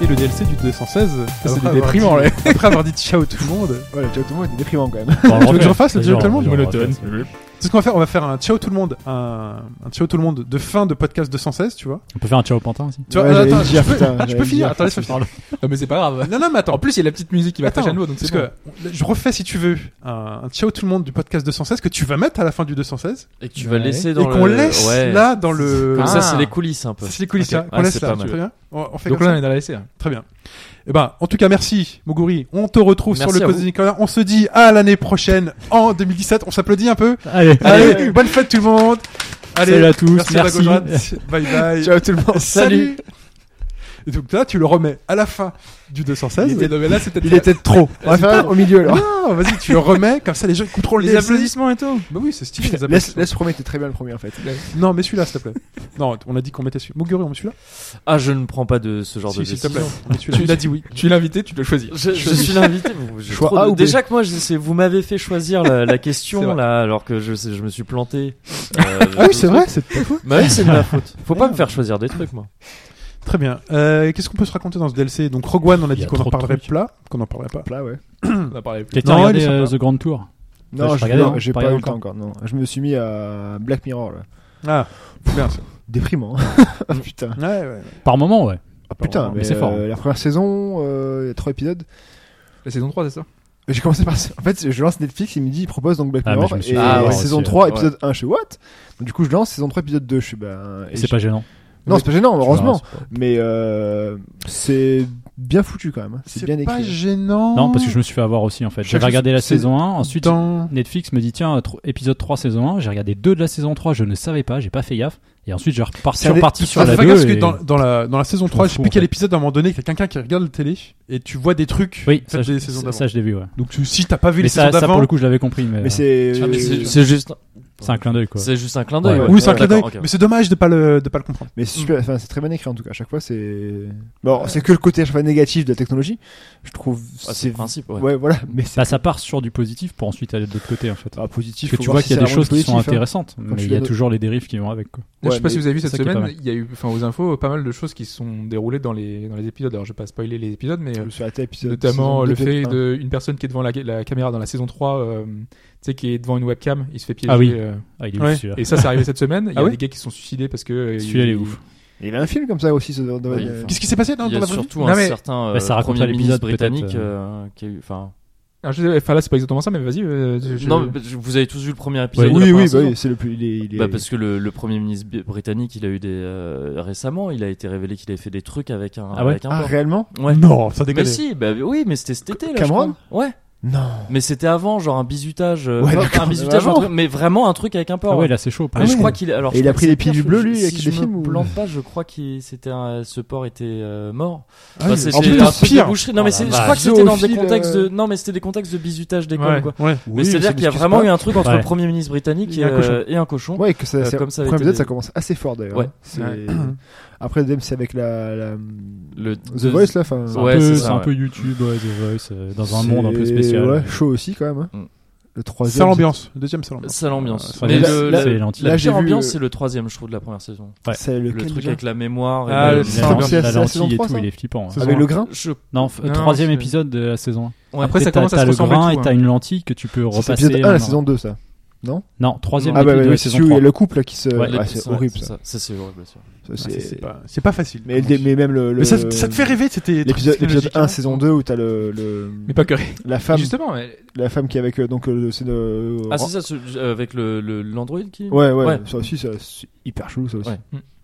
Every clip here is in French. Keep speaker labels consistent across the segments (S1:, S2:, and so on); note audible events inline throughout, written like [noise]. S1: et le DLC du 216. Ça, c'est
S2: Après
S1: du
S2: avoir
S1: déprimant,
S2: dit-
S1: là. Après avoir dit ciao tout le monde.
S2: Voilà, Joe tout le monde est déprimant quand même.
S1: Tu veux que je refasse le jeu tout le monde
S3: Monotone.
S1: C'est ce qu'on va faire. On va faire un ciao tout le monde, un, un ciao tout le monde de fin de podcast 216, tu vois.
S3: On peut faire un ciao au pantin aussi.
S1: [laughs] Tu vois,
S2: Ouais,
S1: euh,
S2: j'allais
S1: attends,
S2: le dire,
S1: je peux,
S2: putain,
S1: ah, je
S2: j'allais
S1: peux
S2: le
S1: finir.
S2: dire, [laughs]
S1: Attends, laisse-moi finir.
S4: Non, mais c'est pas grave.
S1: Non, non, mais attends.
S4: En plus, il y a la petite musique qui va
S1: Attends,
S4: crescendo, donc
S1: parce
S4: c'est bon.
S1: que je refais si tu veux un, un ciao tout le monde du podcast 216 que tu vas mettre à la fin du 216
S5: Et que tu vas le laisser
S1: et
S5: dans le.
S1: qu'on laisse
S5: ouais.
S1: là dans le.
S5: Comme
S1: Ah,
S5: ça,
S4: Ah.
S5: c'est les coulisses un peu.
S1: c'est les coulisses
S4: Ok.
S1: là, qu'on
S5: Ouais,
S1: laisse
S5: c'est
S1: là.
S5: pas mal.
S1: Très bien. On, on fait
S4: Donc
S1: comme
S4: là, on
S1: ça.
S4: est dans la SCA.
S1: Très bien. Et ben, en tout cas, merci Moguri. On te retrouve
S5: Merci
S1: sur le
S5: à
S1: Cosmic Corner. On se dit à l'année prochaine en 2017. On s'applaudit un peu.
S3: Allez,
S1: Allez, bonne fête tout le monde. Allez,
S3: salut à tous.
S1: merci, à la gauche, à la droite. [laughs] Bye bye.
S2: Ciao tout le monde.
S1: Salut. Et donc là, tu le remets à la fin du 216.
S4: Il était- non, mais là, c'était-
S2: Il était trop. On va faire au
S1: [laughs]
S2: milieu alors.
S1: Non, vas-y, tu le remets, comme ça les gens écouteront
S4: Les
S1: le DLC.
S4: applaudissements et tout.
S1: Bah oui, c'est
S2: [laughs]
S1: stylé, les
S2: Laisse,
S1: applaudissements.
S2: laisse premier, t'es très bien le premier en fait.
S1: Non, mais celui-là, s'il te plaît. Non, on a dit qu'on mettait celui-là. Muguri, on met celui-là
S5: Ah, je ne prends pas de ce genre de
S1: Si, s'il te
S5: décision.
S1: plaît. On met celui-là.
S4: Tu-
S1: Il a dit oui.
S4: Tu es l'invité, tu dois choisir.
S5: Je, je suis l'invité. vous- j'ai
S2: Choix
S5: trop
S2: A
S5: de-
S2: ou B
S5: Déjà que moi, je sais- vous m'avez fait choisir la, la question
S1: vrai.
S5: là, alors que je, sais- je me suis planté. Euh,
S1: Ah oui, c'est vrai, c'est pas faux.
S5: Bah oui, c'est de ma faute. Faut pas me faire choisir des trucs, moi.
S1: Très bien. Euh, Qu'est-ce qu'on peut se raconter dans ce DLC Donc, Rogue One, on a
S3: Il y
S1: dit
S3: a
S1: qu'on en
S3: trop de
S1: parlerait
S3: trucs.
S1: pas. Qu'on en parlerait pas.
S2: Hop Là, ouais.
S4: On a parlé plus.
S3: Quelqu'un
S1: Non,
S3: a
S1: il est
S3: regardé euh,
S1: sympa.
S3: The Grand Tour
S2: Non,
S3: je
S2: je-
S3: regardais,
S2: non,
S3: hein,
S2: j'ai
S3: pas
S2: pas, eu
S3: regardé
S2: le temps encore. Non, je me suis mis à Black Mirror là.
S1: Ah, bien. ça. [laughs]
S2: Déprimant. Ah, putain.
S1: Ouais, ouais, ouais.
S3: Par moment, ouais.
S2: Ah, putain,
S3: mais
S2: mais
S3: c'est fort. hein.
S2: euh, La première saison, euh, il y a trois épisodes.
S4: La saison 3, c'est ça
S2: J'ai commencé par ça. En fait, je lance Netflix, il me dit, il propose donc Black
S3: Ah, mais
S2: Mirror
S3: je me suis
S2: et
S3: fait
S5: avoir
S2: saison
S3: aussi,
S2: 3,
S5: ouais.
S2: épisode 1, je suis what Donc, du coup, je lance saison 3, épisode 2, je suis ben. et
S3: C'est
S2: je-
S3: pas gênant.
S2: Non, c'est pas gênant, heureusement.
S3: Tu verras, c'est
S2: Mais euh, c'est bien foutu quand même. hein. C'est bien
S1: pas
S2: écrit.
S1: gênant.
S3: pas- Non, parce que je me suis fait avoir aussi en fait. J'avais
S1: Chaque-
S3: regardé la
S1: c'est-
S3: saison 1, ensuite
S1: Dans-
S3: Netflix me dit tiens, tro- épisode 3, saison 1. J'ai regardé 2 de la saison 3, je ne savais pas, j'ai pas fait gaffe. Et ensuite, j'ai repart-
S2: C'est un des-
S3: reparti sur
S1: Ah,
S3: la
S1: fais gaffe, parce
S3: 2.
S1: que
S3: et-
S1: dans, dans la, dans la saison
S3: Je m'en
S1: 3, je sais
S3: fous,
S1: plus
S3: en
S1: quel
S3: fait.
S1: épisode, à un moment donné, il y a quelqu'un qui regarde la télé et tu vois des trucs
S3: Oui,
S1: peut-être
S3: ça, je-
S1: des saisons
S3: ça,
S1: d'avant.
S3: ça, je l'ai vu, ouais.
S1: Donc, tu- si t'as pas vu les
S3: Mais ça,
S1: saisons
S3: ça, pour
S1: d'avant,
S3: le coup, je l'avais compris, mais,
S2: Mais
S3: euh,
S2: c'est.
S4: Ah, mais
S5: C'est
S4: c'est-
S5: c'est juste.
S3: c'est un clin d'œil quoi.
S5: C'est juste un clin d'œil.
S3: Ouais,
S5: ouais.
S1: oui, c'est un
S5: Ouais,
S1: clin d'œil,
S5: d'accord, ok.
S1: mais c'est dommage de pas le de pas le comprendre.
S2: Mais c'est super, enfin, c'est très bien écrit en tout cas. À chaque fois, c'est. Bon, c'est que le côté à chaque fois, négatif de la technologie. Je trouve.
S5: Ah, C'est le principe, ouais.
S2: Ouais, voilà. Mais c'est
S3: Bah, ça part sur du positif pour ensuite aller de l'autre côté en fait.
S2: pas positif.
S3: Parce que
S2: faut
S3: tu
S2: voir
S3: vois
S2: si
S3: qu'il y a
S2: c'est
S3: des choses
S2: vraiment
S3: qui sont
S2: positif, hein.
S3: intéressantes, mais
S2: je
S3: il y a
S2: l'ai-
S3: toujours les dérives qui vont avec. Quoi.
S4: Je
S2: Ouais,
S4: sais pas si
S2: mais
S4: vous avez vu
S3: c'est
S4: cette
S3: ça qui est pas
S4: semaine,
S3: mal.
S4: il y a eu, enfin, aux infos, pas mal de choses qui se sont déroulées dans les, dans les épisodes. Alors, je vais pas spoiler les épisodes, mais euh,
S2: Sur la tête, épisode-
S4: notamment
S2: saison
S4: le
S2: deux,
S4: fait
S2: hein.
S4: d'une personne qui est devant la, la caméra dans la saison 3, euh, tu sais, qui est devant une webcam, il se fait piéger.
S3: Ah oui.
S4: euh,
S3: Ah, il est
S1: Ouais.
S3: ouf, celui-là.
S4: et ça, c'est arrivé cette semaine. Il y a
S1: Ah ouais
S4: des gars qui se sont suicidés parce que. euh,
S3: Celui-là, il est
S4: ils-
S3: ouf.
S2: Il y a un film comme ça aussi. ce- dans- dans-
S5: Oui,
S2: euh,
S5: enfin,
S1: Qu'est-ce qui s'est passé dans,
S5: Il y
S1: dans
S5: a
S1: la vraie vie
S5: surtout
S4: Non,
S5: un
S4: mais-
S5: certain euh,
S3: Bah, ça raconte
S5: premier
S3: à
S5: ministre
S3: l'épisode, peut-être,
S5: britannique
S3: euh.
S5: euh, qui a eu. Enfin,
S4: Ah, je sais- Enfin, là, c'est pas exactement ça, mais vas-y. euh, je- je-
S5: non, mais je- vous avez tous vu le premier épisode. de la
S2: Oui, oui,
S5: première
S2: bah
S5: saison.
S2: oui, c'est le plus. Il est, il est-
S5: Bah, parce que le, le premier ministre bi- britannique, il a eu des euh, récemment, il a été révélé qu'il avait fait des trucs avec un
S3: Ah ouais
S5: avec un
S2: Ah,
S5: porc.
S2: réellement
S5: Ouais.
S1: Non, ça
S5: Mais
S1: déconne.
S5: si, bah oui, mais c'était cet été là. je
S2: Cameron
S5: crois. Ouais.
S2: Non.
S5: Mais c'était avant, genre un bisutage, euh,
S2: Ouais,
S5: pas-
S2: d'accord.
S5: un bisutage,
S2: Vraiment
S5: un truc- mais vraiment un truc avec un porc.
S3: Ah
S5: ouais.
S3: ouais, là c'est chaud.
S5: Mais
S3: pour le
S5: je
S3: coup.
S5: crois qu'il alors.
S2: Et
S5: je
S2: il a
S5: crois que
S2: pris
S5: c'est
S2: les pieds du
S5: pire,
S2: bleu,
S5: je-
S2: lui, avec
S5: Si
S2: des
S5: je
S2: films,
S5: me
S2: ou-
S5: plante pas, je crois que c'était un- ce porc était euh, mort.
S1: Ah,
S5: Bah,
S1: oui,
S5: c'est-
S1: en
S5: c'est
S1: plus,
S5: un
S1: c'est
S5: truc de
S1: pire.
S5: boucherie. Non mais c'est- je
S3: vache.
S5: crois que c'était dans des
S2: Ah bah, Zoophile,
S5: contextes
S2: euh.
S5: de non mais c'était des contextes de bisutage d'école
S1: Ouais,
S5: quoi.
S1: ouais.
S5: Mais c'est-à-dire qu'il y a vraiment eu un truc entre
S3: Ouais.
S5: le premier ministre britannique
S1: Et
S5: et,
S1: un cochon.
S5: euh, et un cochon.
S2: Ouais, que ça,
S5: Euh,
S2: c'est-
S5: comme ça avait
S2: premier
S5: été
S2: épisode,
S5: des-
S2: ça commence assez fort d'ailleurs.
S5: Ouais.
S2: hein. C'est-
S1: Ouais.
S2: [clears throat] Après, le DM, c'est avec la, la-
S5: Le
S2: The Voice là. Enfin,
S3: C'est
S5: Ouais,
S3: un, peu,
S5: c'est
S3: c'est
S5: ça,
S3: un
S5: ouais.
S3: peu YouTube, ouais, The Voice, euh, dans un
S2: c'est-
S3: monde un peu spécial.
S2: Ouais, chaud aussi quand même. hein.
S5: Mm.
S2: Le
S1: Ça
S2: troisième.
S1: l'ambiance. Le deuxième, ça l'ambiance.
S5: Sale ambiance.
S3: Enfin,
S5: Mais
S2: là-
S5: le,
S2: là-
S3: c'est
S5: la,
S3: lentille.
S2: là,
S5: la
S2: j'ai
S5: pire
S2: vu,
S5: ambiance,
S2: euh,
S5: c'est le troisième, je trouve, de la première saison.
S2: C'est
S5: Le,
S2: lequel
S5: truc
S2: déjà
S5: avec la mémoire. et
S1: Ah,
S5: le-
S1: le
S3: la
S1: sang.
S3: lentille,
S2: c'est la
S3: la lentille
S2: saison
S3: et
S2: trois,
S3: tout,
S2: ça
S3: il est flippant.
S1: C'est
S3: ouais.
S1: ça.
S2: Avec le grain
S5: Je-
S3: Non, f-
S4: Non,
S3: troisième
S4: c'est-
S3: épisode de la saison 1.
S5: Ouais.
S4: Après, ça
S3: T'as-
S4: commence à
S3: t'as
S4: se
S3: le
S4: ressembler.
S3: grain
S4: et tout,
S3: et t'as
S4: hein.
S3: une lentille que tu peux
S2: C'est
S3: repasser.
S2: épisode 1, la
S3: en-
S2: saison 2, ça.
S3: Non, troisième
S2: Ah bah,
S3: épisode
S2: ouais,
S3: de
S2: ouais,
S3: la
S2: c'est
S3: saison
S2: où il y a
S3: 3.
S2: le couple qui se.
S3: Ouais,
S2: ouais,
S5: Ouais,
S2: Euh, ah, c'est
S5: ça,
S2: horrible
S5: c'est
S2: ça.
S5: ça. Ça, c'est horrible. ça.
S2: Ça,
S1: Ah,
S2: c'est-
S1: c'est- c'est pas, c'est pas facile.
S2: Mais le- mais même le.
S1: Mais ça,
S2: le-
S1: ça te fait rêver, c'était
S2: L'épisode épisode 1, saison 2, où t'as le, le-
S4: Mais pas que.
S2: la femme,
S4: Justement, mais-
S2: la femme qui est avec euh, donc euh, c'est de
S5: Ah, c'est ça, ce- euh, avec l'Android le, l'Android qui.
S2: ouais, ouais
S5: Ouais.
S2: ça aussi ça, c'est hyper chelou ça aussi.
S5: Ouais.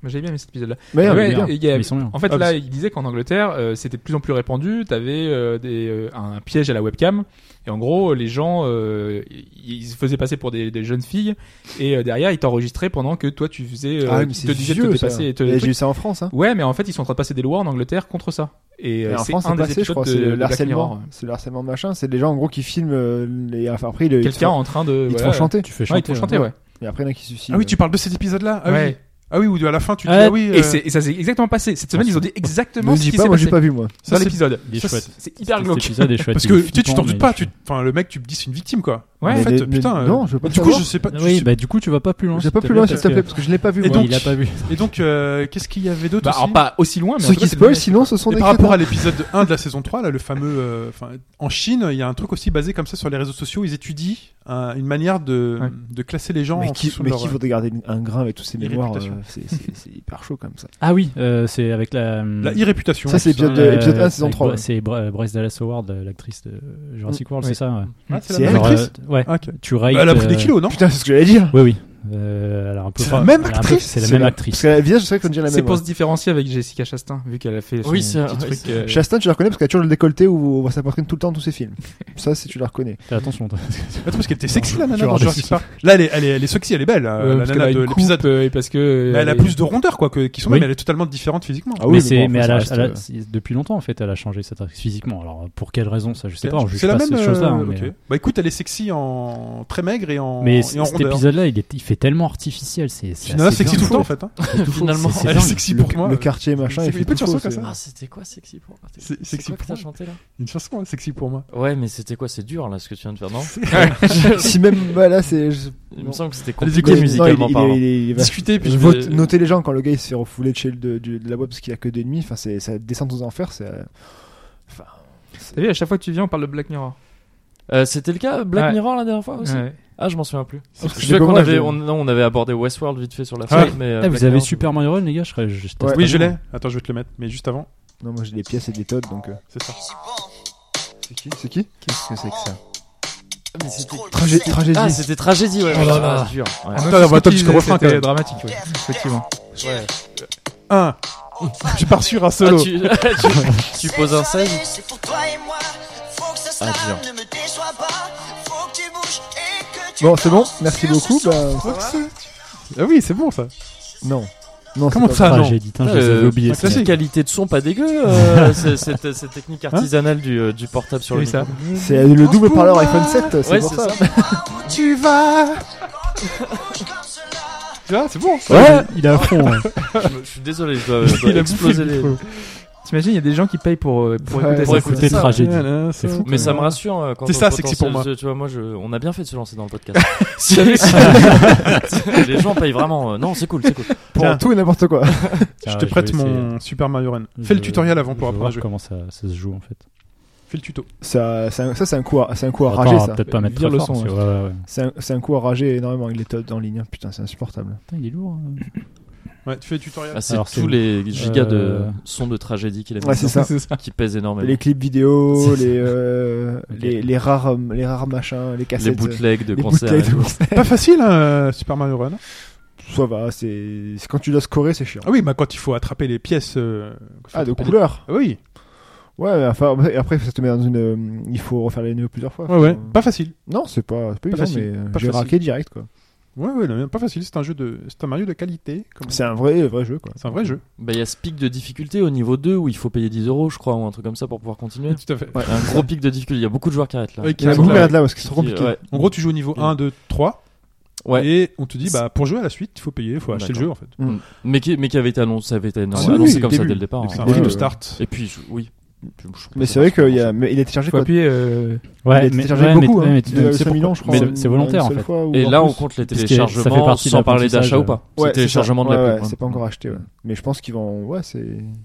S4: Moi, J'avais bien aimé cet épisode-là.
S2: Mais
S4: Ouais,
S2: ouais,
S3: bien.
S4: et il y a-
S3: Ils sont bien.
S4: En fait,
S1: Ah,
S4: là,
S1: parce-
S4: il disait qu'en Angleterre, euh, c'était de plus en plus répandu. T'avais euh, des, euh, un piège à la webcam, et en gros, les gens, euh, ils ils se faisaient passer pour des, des jeunes filles, et euh, derrière, ils t'enregistraient pendant que toi, tu faisais, euh,
S2: Ah, mais
S4: ils
S2: c'est
S4: te disaient de te
S2: vieux, ça.
S4: dépasser. Et te-
S2: Et j'ai eu ça en France hein.
S4: Ouais, mais en fait, ils sont en train de passer des lois en Angleterre contre ça. Et,
S2: Et
S4: euh,
S2: en
S4: c'est
S2: France,
S4: un
S2: c'est
S4: des
S2: passé,
S4: épisodes
S2: je crois,
S4: de,
S2: c'est
S4: de
S2: le
S4: Black Mirror.
S2: harcèlement. C'est le harcèlement de machin. C'est des gens, en gros, qui filment euh, les. Enfin, après, ils, ils te
S4: Quelqu'un
S2: font-
S4: en train de.
S2: ils te
S4: voilà.
S2: font chanter.
S3: Tu fais
S4: Ouais, ils te font
S3: chanter,
S4: chanter,
S3: hein.
S4: ouais.
S2: Et après, il y en a qui se euh. suicident.
S1: Ah oui, tu parles de cet épisode-là Ah oui.
S4: Ouais.
S1: Ah oui, ou à la fin, tu te dis,
S3: Ouais.
S1: ah oui.
S4: Et
S1: euh,
S4: c'est- et ça s'est exactement passé. Cette semaine, ils ont dit
S2: Ah, Ne
S4: exactement
S2: le
S4: ce
S2: dis
S4: qui
S2: pas,
S4: s'est
S2: moi j'ai
S4: passé
S2: pas vu moi.
S1: ça,
S4: dans
S1: c'est-
S4: l'épisode.
S3: Il est
S4: Ça,
S3: chouette.
S4: C'est hyper
S3: Cet
S4: glauque.
S3: épisode est chouette.
S1: Parce
S3: il
S1: que
S3: est
S1: tu sais, tu
S3: flippant,
S1: t'en
S3: mais
S1: doutes
S3: il
S1: pas.
S3: est
S1: Tu... Enfin, le mec, tu me dis, c'est une victime, quoi.
S4: Ouais.
S1: en
S2: Mais-
S1: fait,
S2: mais- mais-
S1: putain. euh,
S2: Non, je veux pas
S1: du coup,
S2: savoir.
S1: je sais pas. je
S3: Oui,
S1: sais-
S3: bah du coup, tu vas pas plus loin.
S2: J'ai pas
S3: s'il te
S2: plus loin,
S3: plaît,
S2: s'il te plaît,
S3: que-
S2: parce que je l'ai pas vu.
S1: Et
S2: moi.
S1: donc-
S3: il a pas vu.
S1: Et donc, euh, qu'est-ce qu'il y avait d'autre
S4: Bah,
S1: aussi
S4: alors, pas aussi loin, mais en
S2: Ceux
S4: tout cas,
S2: qui
S4: c'est
S2: spoil,
S4: dommage.
S2: sinon, ce sont
S1: Et
S2: des
S1: par rapport
S2: crétins.
S1: à l'épisode 1 de la saison 3, là, le fameux. euh, enfin, en Chine, il y a un truc aussi basé comme ça sur les réseaux sociaux. Ils étudient un- une manière de,
S4: Ouais.
S1: de classer les gens
S2: Mais
S1: en
S2: qui,
S1: fonction de
S2: mais
S1: leur-
S2: qui voudrait garder un grain avec tous ces
S1: Les
S2: mémoires
S1: réputations.
S2: euh, C'est c'est- c'est hyper chaud comme ça.
S3: Ah oui, euh, c'est avec la.
S1: La irréputation.
S2: Ça, c'est l'épisode
S3: euh,
S2: épisode 1, saison
S3: avec
S2: 3.
S3: Bra- C'est Bra- Bryce Dallas Howard, euh, l'actrice de Jurassic World,
S4: Oui.
S3: c'est ça. ouais.
S1: Ah, c'est la
S2: C'est
S1: même
S2: elle,
S3: Genre,
S1: actrice
S3: euh, Ouais.
S1: Ah, ok.
S3: Tu rates,
S1: Elle a pris des
S3: euh,
S1: kilos, non
S2: Putain, c'est ce que j'allais dire.
S3: Oui, oui. Euh, alors un peu
S1: C'est la
S3: fort-
S1: même
S3: elle a un peu-
S1: actrice
S3: C'est la même actrice.
S2: Parce que la visage, je sais qu'on dirait la
S4: C'est
S2: même. hein.
S4: pour
S2: ouais.
S4: se différencier avec Jessica Chastain, vu qu'elle a fait son
S5: Oui, c'est-
S4: petit
S5: ouais,
S4: truc.
S5: c'est-
S2: [laughs]
S4: euh,
S2: Chastain, tu la reconnais parce qu'elle a toujours le décolleté ou on voit sa poitrine tout le temps dans tous ses films. Ça, c'est tu la reconnais.
S3: Fais attention. toi.
S1: Ah, parce qu'elle était sexy, la nana,
S3: Genre
S1: dans
S3: des
S1: Jurassic Park. Là, elle est, elle est, elle est sexy, elle est belle,
S4: euh,
S1: euh, la
S4: parce qu'elle
S1: nana
S4: a
S1: de
S4: une
S1: l'épisode.
S4: coupe, euh, et parce que
S1: Mais elle a plus de rondeur, quoi, que, qui sont là,
S3: Oui.
S1: mais elle est totalement différente physiquement.
S2: Ah oui,
S3: mais
S2: mais
S3: c'est,
S2: bon,
S3: mais
S2: enfin,
S3: elle a-
S2: ça
S3: elle a-
S1: euh,
S2: reste, euh,
S3: c'est- depuis longtemps en fait, elle a changé cette actrice physiquement. Alors pour quelle raison, ça je sais
S1: C'est-
S3: pas. On juge
S1: C'est la
S3: pas
S1: même.
S3: ces choses-là. hein,
S1: euh,
S3: mais-
S1: ok. Bah écoute, elle est sexy en très maigre et en,
S3: Mais
S1: et en
S3: cet
S1: rondeur.
S3: épisode-là, il, est- il fait tellement artificiel. C'est, c'est
S1: C'est une nana
S3: assez
S1: sexy
S3: dingue.
S1: tout le temps, en fait. hein.
S3: C'est tout faux.
S5: Finalement.
S3: C'est-
S2: [laughs]
S3: c'est
S1: Elle est
S3: dingue.
S1: sexy
S2: le,
S1: pour moi.
S2: le quartier machin.
S1: c'est-
S2: il
S1: il
S2: fait
S1: peut
S2: tout
S1: dire
S2: faux,
S1: ça,
S2: c'est-
S1: comme
S5: Ah, c'était quoi sexy pour moi
S1: C'est- sexy
S5: quoi que
S1: pour
S5: t'as
S1: moi.
S5: chanté là
S1: Une chanson hein, sexy pour moi.
S5: Ouais, mais c'était quoi C'est dur là ce que tu viens de faire, non
S2: Si même bah, là, c'est. je-
S5: Il
S2: Non.
S5: me semble que c'était
S1: Allez-y,
S5: compliqué
S1: continue.
S5: musicalement
S2: il, est-
S5: parlant.
S2: il est- il est-
S5: Discuter puis
S2: Je
S5: je
S2: vote,
S5: vais-
S2: notez les gens quand le gars il se fait refouler de chez le, de, du- de la boîte parce qu'il a que des ennemis. Enfin, c'est ça descend aux enfers. C'est euh, enfin,
S4: T'as vu, à chaque fois que tu viens, on parle de Black Mirror.
S5: Euh, C'était le cas Black
S4: Ouais.
S5: Mirror la dernière fois aussi.
S4: Ouais.
S5: Ah, je m'en souviens plus.
S2: parce que
S5: Je
S2: je sais
S5: sais
S2: pas
S5: qu'on
S2: moi,
S5: avait,
S2: je-
S5: on, non, on avait abordé Westworld vite fait sur la
S1: Ah
S5: fin, mais euh,
S3: Ah,
S5: Black
S3: vous avez
S5: Mirror,
S3: Super Mario Run, les gars. Je serais je teste
S2: Ouais.
S3: pas
S1: Oui, je
S3: bien.
S1: l'ai. Attends, je vais te le mettre, mais juste avant,
S2: Non, moi j'ai des pièces et des todes donc. euh,
S1: c'est ça.
S2: C'est qui C'est qui Qu'est-ce que c'est que ça
S5: je- Mais c'était-
S2: Tragé- [laughs] Tragédie.
S5: Ah, c'était tragédie, ouais.
S3: Oh là là.
S5: Ah, c'est dur. Ouais.
S4: Ah, non,
S1: Attends,
S4: c'est
S1: on va
S4: ce
S1: attendre
S4: qu'il
S1: jusqu'au
S4: disait,
S1: refrain, quand
S4: C'était
S1: même.
S4: dramatique, ouais, effectivement.
S5: Ouais.
S1: 1. Je pars sur un
S5: Ah,
S1: solo.
S5: tu, [laughs] tu- tu poses un 16
S6: C'est pour toi et moi. Faut que ça se
S5: Ah,
S6: lame,
S5: dur.
S6: ne me déçois pas. Faut que tu bouges et que tu
S2: Bon, c'est bon.
S6: danses
S2: Merci
S6: sur ce
S2: beaucoup.
S6: son.
S2: Bah,
S1: Ah oui, c'est bon ça.
S2: non. Non,
S1: Comment
S2: c'est
S1: ça,
S2: pas-
S1: Ah, non
S3: Tragédie, putain, je les avais
S5: Euh,
S3: oubliés.
S1: ça,
S5: c'est
S1: c'est-
S5: une qualité de son pas dégueu, euh, c'est- cette, cette technique artisanale du, euh, du portable sur le
S4: Oui, ça.
S5: micro.
S2: C'est le double parleur iPhone 7. C'est
S5: Ouais,
S2: pour
S5: c'est
S2: ça.
S5: ça.
S1: Tu vas.
S6: Comme cela.
S1: Ah, c'est bon. ça.
S3: Ouais, il est à fond. hein. ouais.
S5: Je me- je suis désolé, je dois, je dois
S4: Il a bouffé
S5: exploser
S4: le
S5: les.
S4: micro. T'imagines, il y a des gens qui payent pour, euh, pour
S2: Ouais,
S4: écouter
S5: pour
S4: ça.
S5: écouter
S4: c'est-
S3: C'était
S5: ça,
S3: tragédie.
S1: C'est
S3: fou,
S1: fou.
S5: Mais ça me rassure euh, quand
S1: C'est
S5: on
S1: ça, sexy pour moi.
S5: Tu vois, moi, je, on a bien fait de se lancer dans le podcast. les gens payent vraiment. euh, non, c'est cool, c'est cool.
S2: Pour
S1: Tiens.
S2: tout et n'importe quoi.
S3: Ah,
S1: Je te
S3: vais
S1: prête
S3: essayer.
S1: mon Super Mario Run. Fais le
S3: Je-
S1: tutoriel avant pour
S3: je
S1: apprendre
S3: vais
S1: à
S3: voir
S1: jouer.
S3: comment ça, ça se joue en fait.
S1: Fais le tuto.
S2: Ça, c'est un- ça, c'est un coup, à- c'est un coup à
S3: Attends,
S2: rager.
S3: on
S2: ça.
S3: va peut-être pas mettre
S4: Vire
S3: très
S4: le
S3: fort.
S4: son,
S3: parce que- ouais, ouais, ouais.
S2: C'est un, c'est un coup à rager énormément avec les todes en ligne. hein. Putain, c'est insupportable.
S3: Putain, il est lourd. hein.
S1: Ouais, tu fais le tutoriel.
S5: Ah, c'est
S3: Alors,
S5: tous
S3: c'est-
S5: les gigas
S3: Euh,
S5: de sons de tragédie qu'il a mis
S2: Ouais, c'est
S5: dedans,
S2: ça.
S4: c'est ça.
S5: qui pèsent énormément.
S2: Les
S5: Les,
S2: clips vidéo, les, euh,
S3: Ok.
S2: les, les rares, euh, les rares machins, les cassettes. euh,
S5: bootlegs de
S2: les
S5: concerts.
S2: bootlegs de
S5: et tout.
S2: concerts.
S1: Pas facile, hein, Super Mario Run.
S2: Ça va, c'est c'est- quand tu dois scorer, c'est chiant.
S1: Ah oui, bah quand il faut attraper les pièces. euh, faut
S2: Ah, de
S1: attraper
S2: couleur.
S1: les- Oui,
S2: Ouais, mais enfin, et après, ça te met dans une. euh, il faut refaire les nœuds plusieurs fois.
S1: ouais, ouais.
S2: Enfin,
S1: Pas facile.
S2: Non, c'est pas, c'est pas, évident,
S1: facile,
S2: mais euh,
S1: pas
S2: j'ai
S1: facile.
S2: raqué direct, quoi.
S1: Ouais, ouais, non, pas facile. C'est un jeu de. C'est un Mario de qualité. comme-
S2: C'est un vrai, vrai jeu, quoi.
S1: C'est un vrai jeu.
S5: Bah, il y a ce pic de difficulté au niveau 2 où il faut payer 10 euros, je crois, ou un truc comme ça pour pouvoir continuer.
S1: Tout à fait.
S5: Un gros pic de difficulté. Il y a beaucoup de joueurs qui arrêtent là.
S1: Ouais,
S2: Il y en a
S1: qui-
S2: beaucoup qui
S1: ouais.
S2: arrêtent là parce qu'ils sont
S5: Qui-
S2: compliqués.
S5: ouais.
S1: En gros, tu joues au niveau 1, 2, 3.
S5: Ouais.
S1: Et on te dit, bah, pour jouer à la suite, il faut payer, il faut acheter le
S5: D'accord.
S1: jeu, en fait.
S5: Mais qui, mais qui avait été annoncé, ça avait été annoncé,
S2: Ah oui,
S5: annoncé
S2: oui,
S5: comme
S2: au
S5: ça
S2: début.
S5: dès le départ.
S1: C'est
S5: hein.
S1: un
S2: Ouais,
S1: prix de
S2: ouais.
S1: start.
S5: Et puis, je- oui. Je- je trouve
S2: Mais
S5: ça
S2: c'est vrai
S5: marche pas
S2: qu'il y
S5: grand-chose.
S2: a, mais il est téléchargé
S4: Faut
S2: quoi.
S4: appuyer. euh,
S2: il
S3: Ouais,
S2: est
S3: mais
S2: téléchargé
S3: ouais, mais-
S2: beaucoup. hein.
S3: ouais,
S2: Il y
S3: mais
S2: a
S3: tu- c'est
S2: 5
S3: pour-
S2: millions, je crois.
S3: mais
S2: une-
S3: c'est volontaire,
S2: une
S3: en
S2: seule
S3: fait.
S2: fois ou
S5: Et
S2: en
S5: là,
S2: plus.
S5: on compte les
S3: Parce que ça fait
S5: téléchargements
S3: partie de
S5: sans parler d'achat
S3: l'apprentissage,
S5: ou pas.
S2: Ouais,
S5: c'est téléchargement
S2: ça.
S5: de la
S2: Ouais,
S5: pub,
S2: ouais,
S5: hein.
S2: c'est pas encore acheté. ouais. Mais je pense qu'ils vont. Ouais, c'est.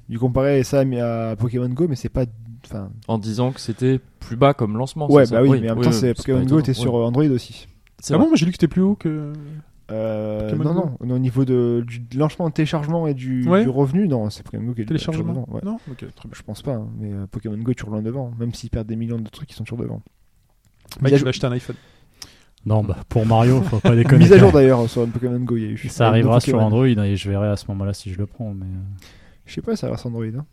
S2: Du comparer ça à à Pokémon Go, mais c'est pas. Enfin.
S5: En disant que c'était plus bas comme lancement.
S2: Ouais,
S5: c'est
S2: bah
S5: ça
S2: oui, mais en même temps,
S5: oui,
S2: c'est
S5: pas
S2: Pokémon
S5: étonnant,
S2: Go, t'es sur
S5: ouais.
S2: Android aussi.
S5: C'est
S1: Ah
S5: vrai.
S1: bon, mais j'ai lu que c'était plus haut que.
S2: Euh,
S1: Pokémon
S2: non,
S1: Go.
S2: non, au niveau de, du lancement, téléchargement et du,
S1: Ouais.
S2: du revenu, non, c'est Pokémon Go qui est
S1: Téléchargement
S2: toujours devant, ouais.
S1: Non Ok, très bien.
S2: Je pense pas, hein, mais euh, Pokémon Go est toujours loin devant, même s'ils perdent des millions de trucs, ils sont toujours devant.
S1: Mike,
S2: Mise à
S1: tu
S2: jour-
S1: vas acheter un iPhone.
S3: Non, bah pour Mario, faut pas déconner.
S2: Mise à jour d'ailleurs sur Pokémon Go, il y a eu.
S3: Ça arrivera
S2: Pokémon.
S3: sur Android et je verrai à ce moment-là si je le prends. Mais euh,
S2: Je sais pas, ça arrivera sur Android. hein.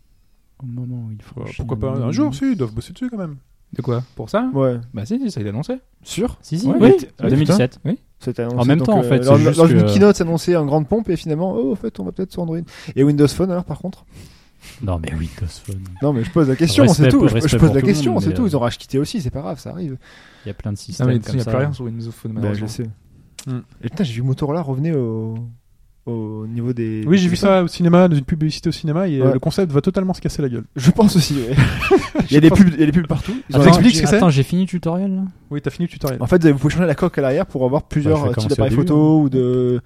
S3: au moment où il faut.
S1: Ouais, Pourquoi pas un jour Si, ils doivent bosser dessus quand même.
S4: De quoi Pour ça
S2: Ouais.
S4: Bah si, si, ça a été annoncé.
S2: Sûr
S3: Si, si,
S4: Ouais,
S3: oui,
S4: oui.
S2: Ah,
S3: 2007.
S2: C'était annoncé.
S3: En même
S2: donc,
S3: temps,
S2: euh,
S3: en fait,
S2: Lors,
S3: c'est juste
S2: lors d'une
S3: que-
S2: keynote, c'est annoncé en grande pompe et finalement, oh, en fait, on va peut-être sur Android. Et Windows Phone alors, par contre
S3: Non, mais oui, Windows Phone.
S2: Non, mais je pose la question,
S3: Respect
S2: c'est tout.
S3: pour-
S2: Je,
S3: respect
S2: je
S3: pour
S2: pose la
S3: tout le
S2: question,
S3: monde,
S2: c'est
S3: mais,
S2: tout. Ils
S3: euh,
S2: ont racheté aussi, c'est pas grave, ça arrive.
S3: Il y a plein de
S4: Non,
S3: systèmes
S4: mais il
S3: comme
S4: n'y a
S3: ça.
S4: plus rien sur Windows Phone.
S2: Bah, je
S4: malheureusement.
S2: sais.
S1: Hmm.
S2: Et putain, j'ai vu Motorola revenait au. au niveau des.
S1: Oui, j'ai
S2: des
S1: vu
S2: personnes.
S1: ça au cinéma, dans une publicité au cinéma, et euh,
S2: Ouais.
S1: le concept va totalement se casser la gueule.
S2: [laughs] Je pense aussi.
S3: [laughs]
S2: ouais. il, y a des
S1: pense-
S2: pubs, il y a des pubs partout.
S3: Ah,
S2: Ils ont
S1: Attends,
S2: un-
S1: explique ce que c'est
S3: Attends, j'ai fini le tutoriel là
S1: Oui, t'as fini le tutoriel.
S2: En fait, vous pouvez changer la coque à l'arrière pour avoir plusieurs
S3: je vais
S2: euh, types
S3: commencer au
S2: d'appareils
S3: début,
S2: photo ou de.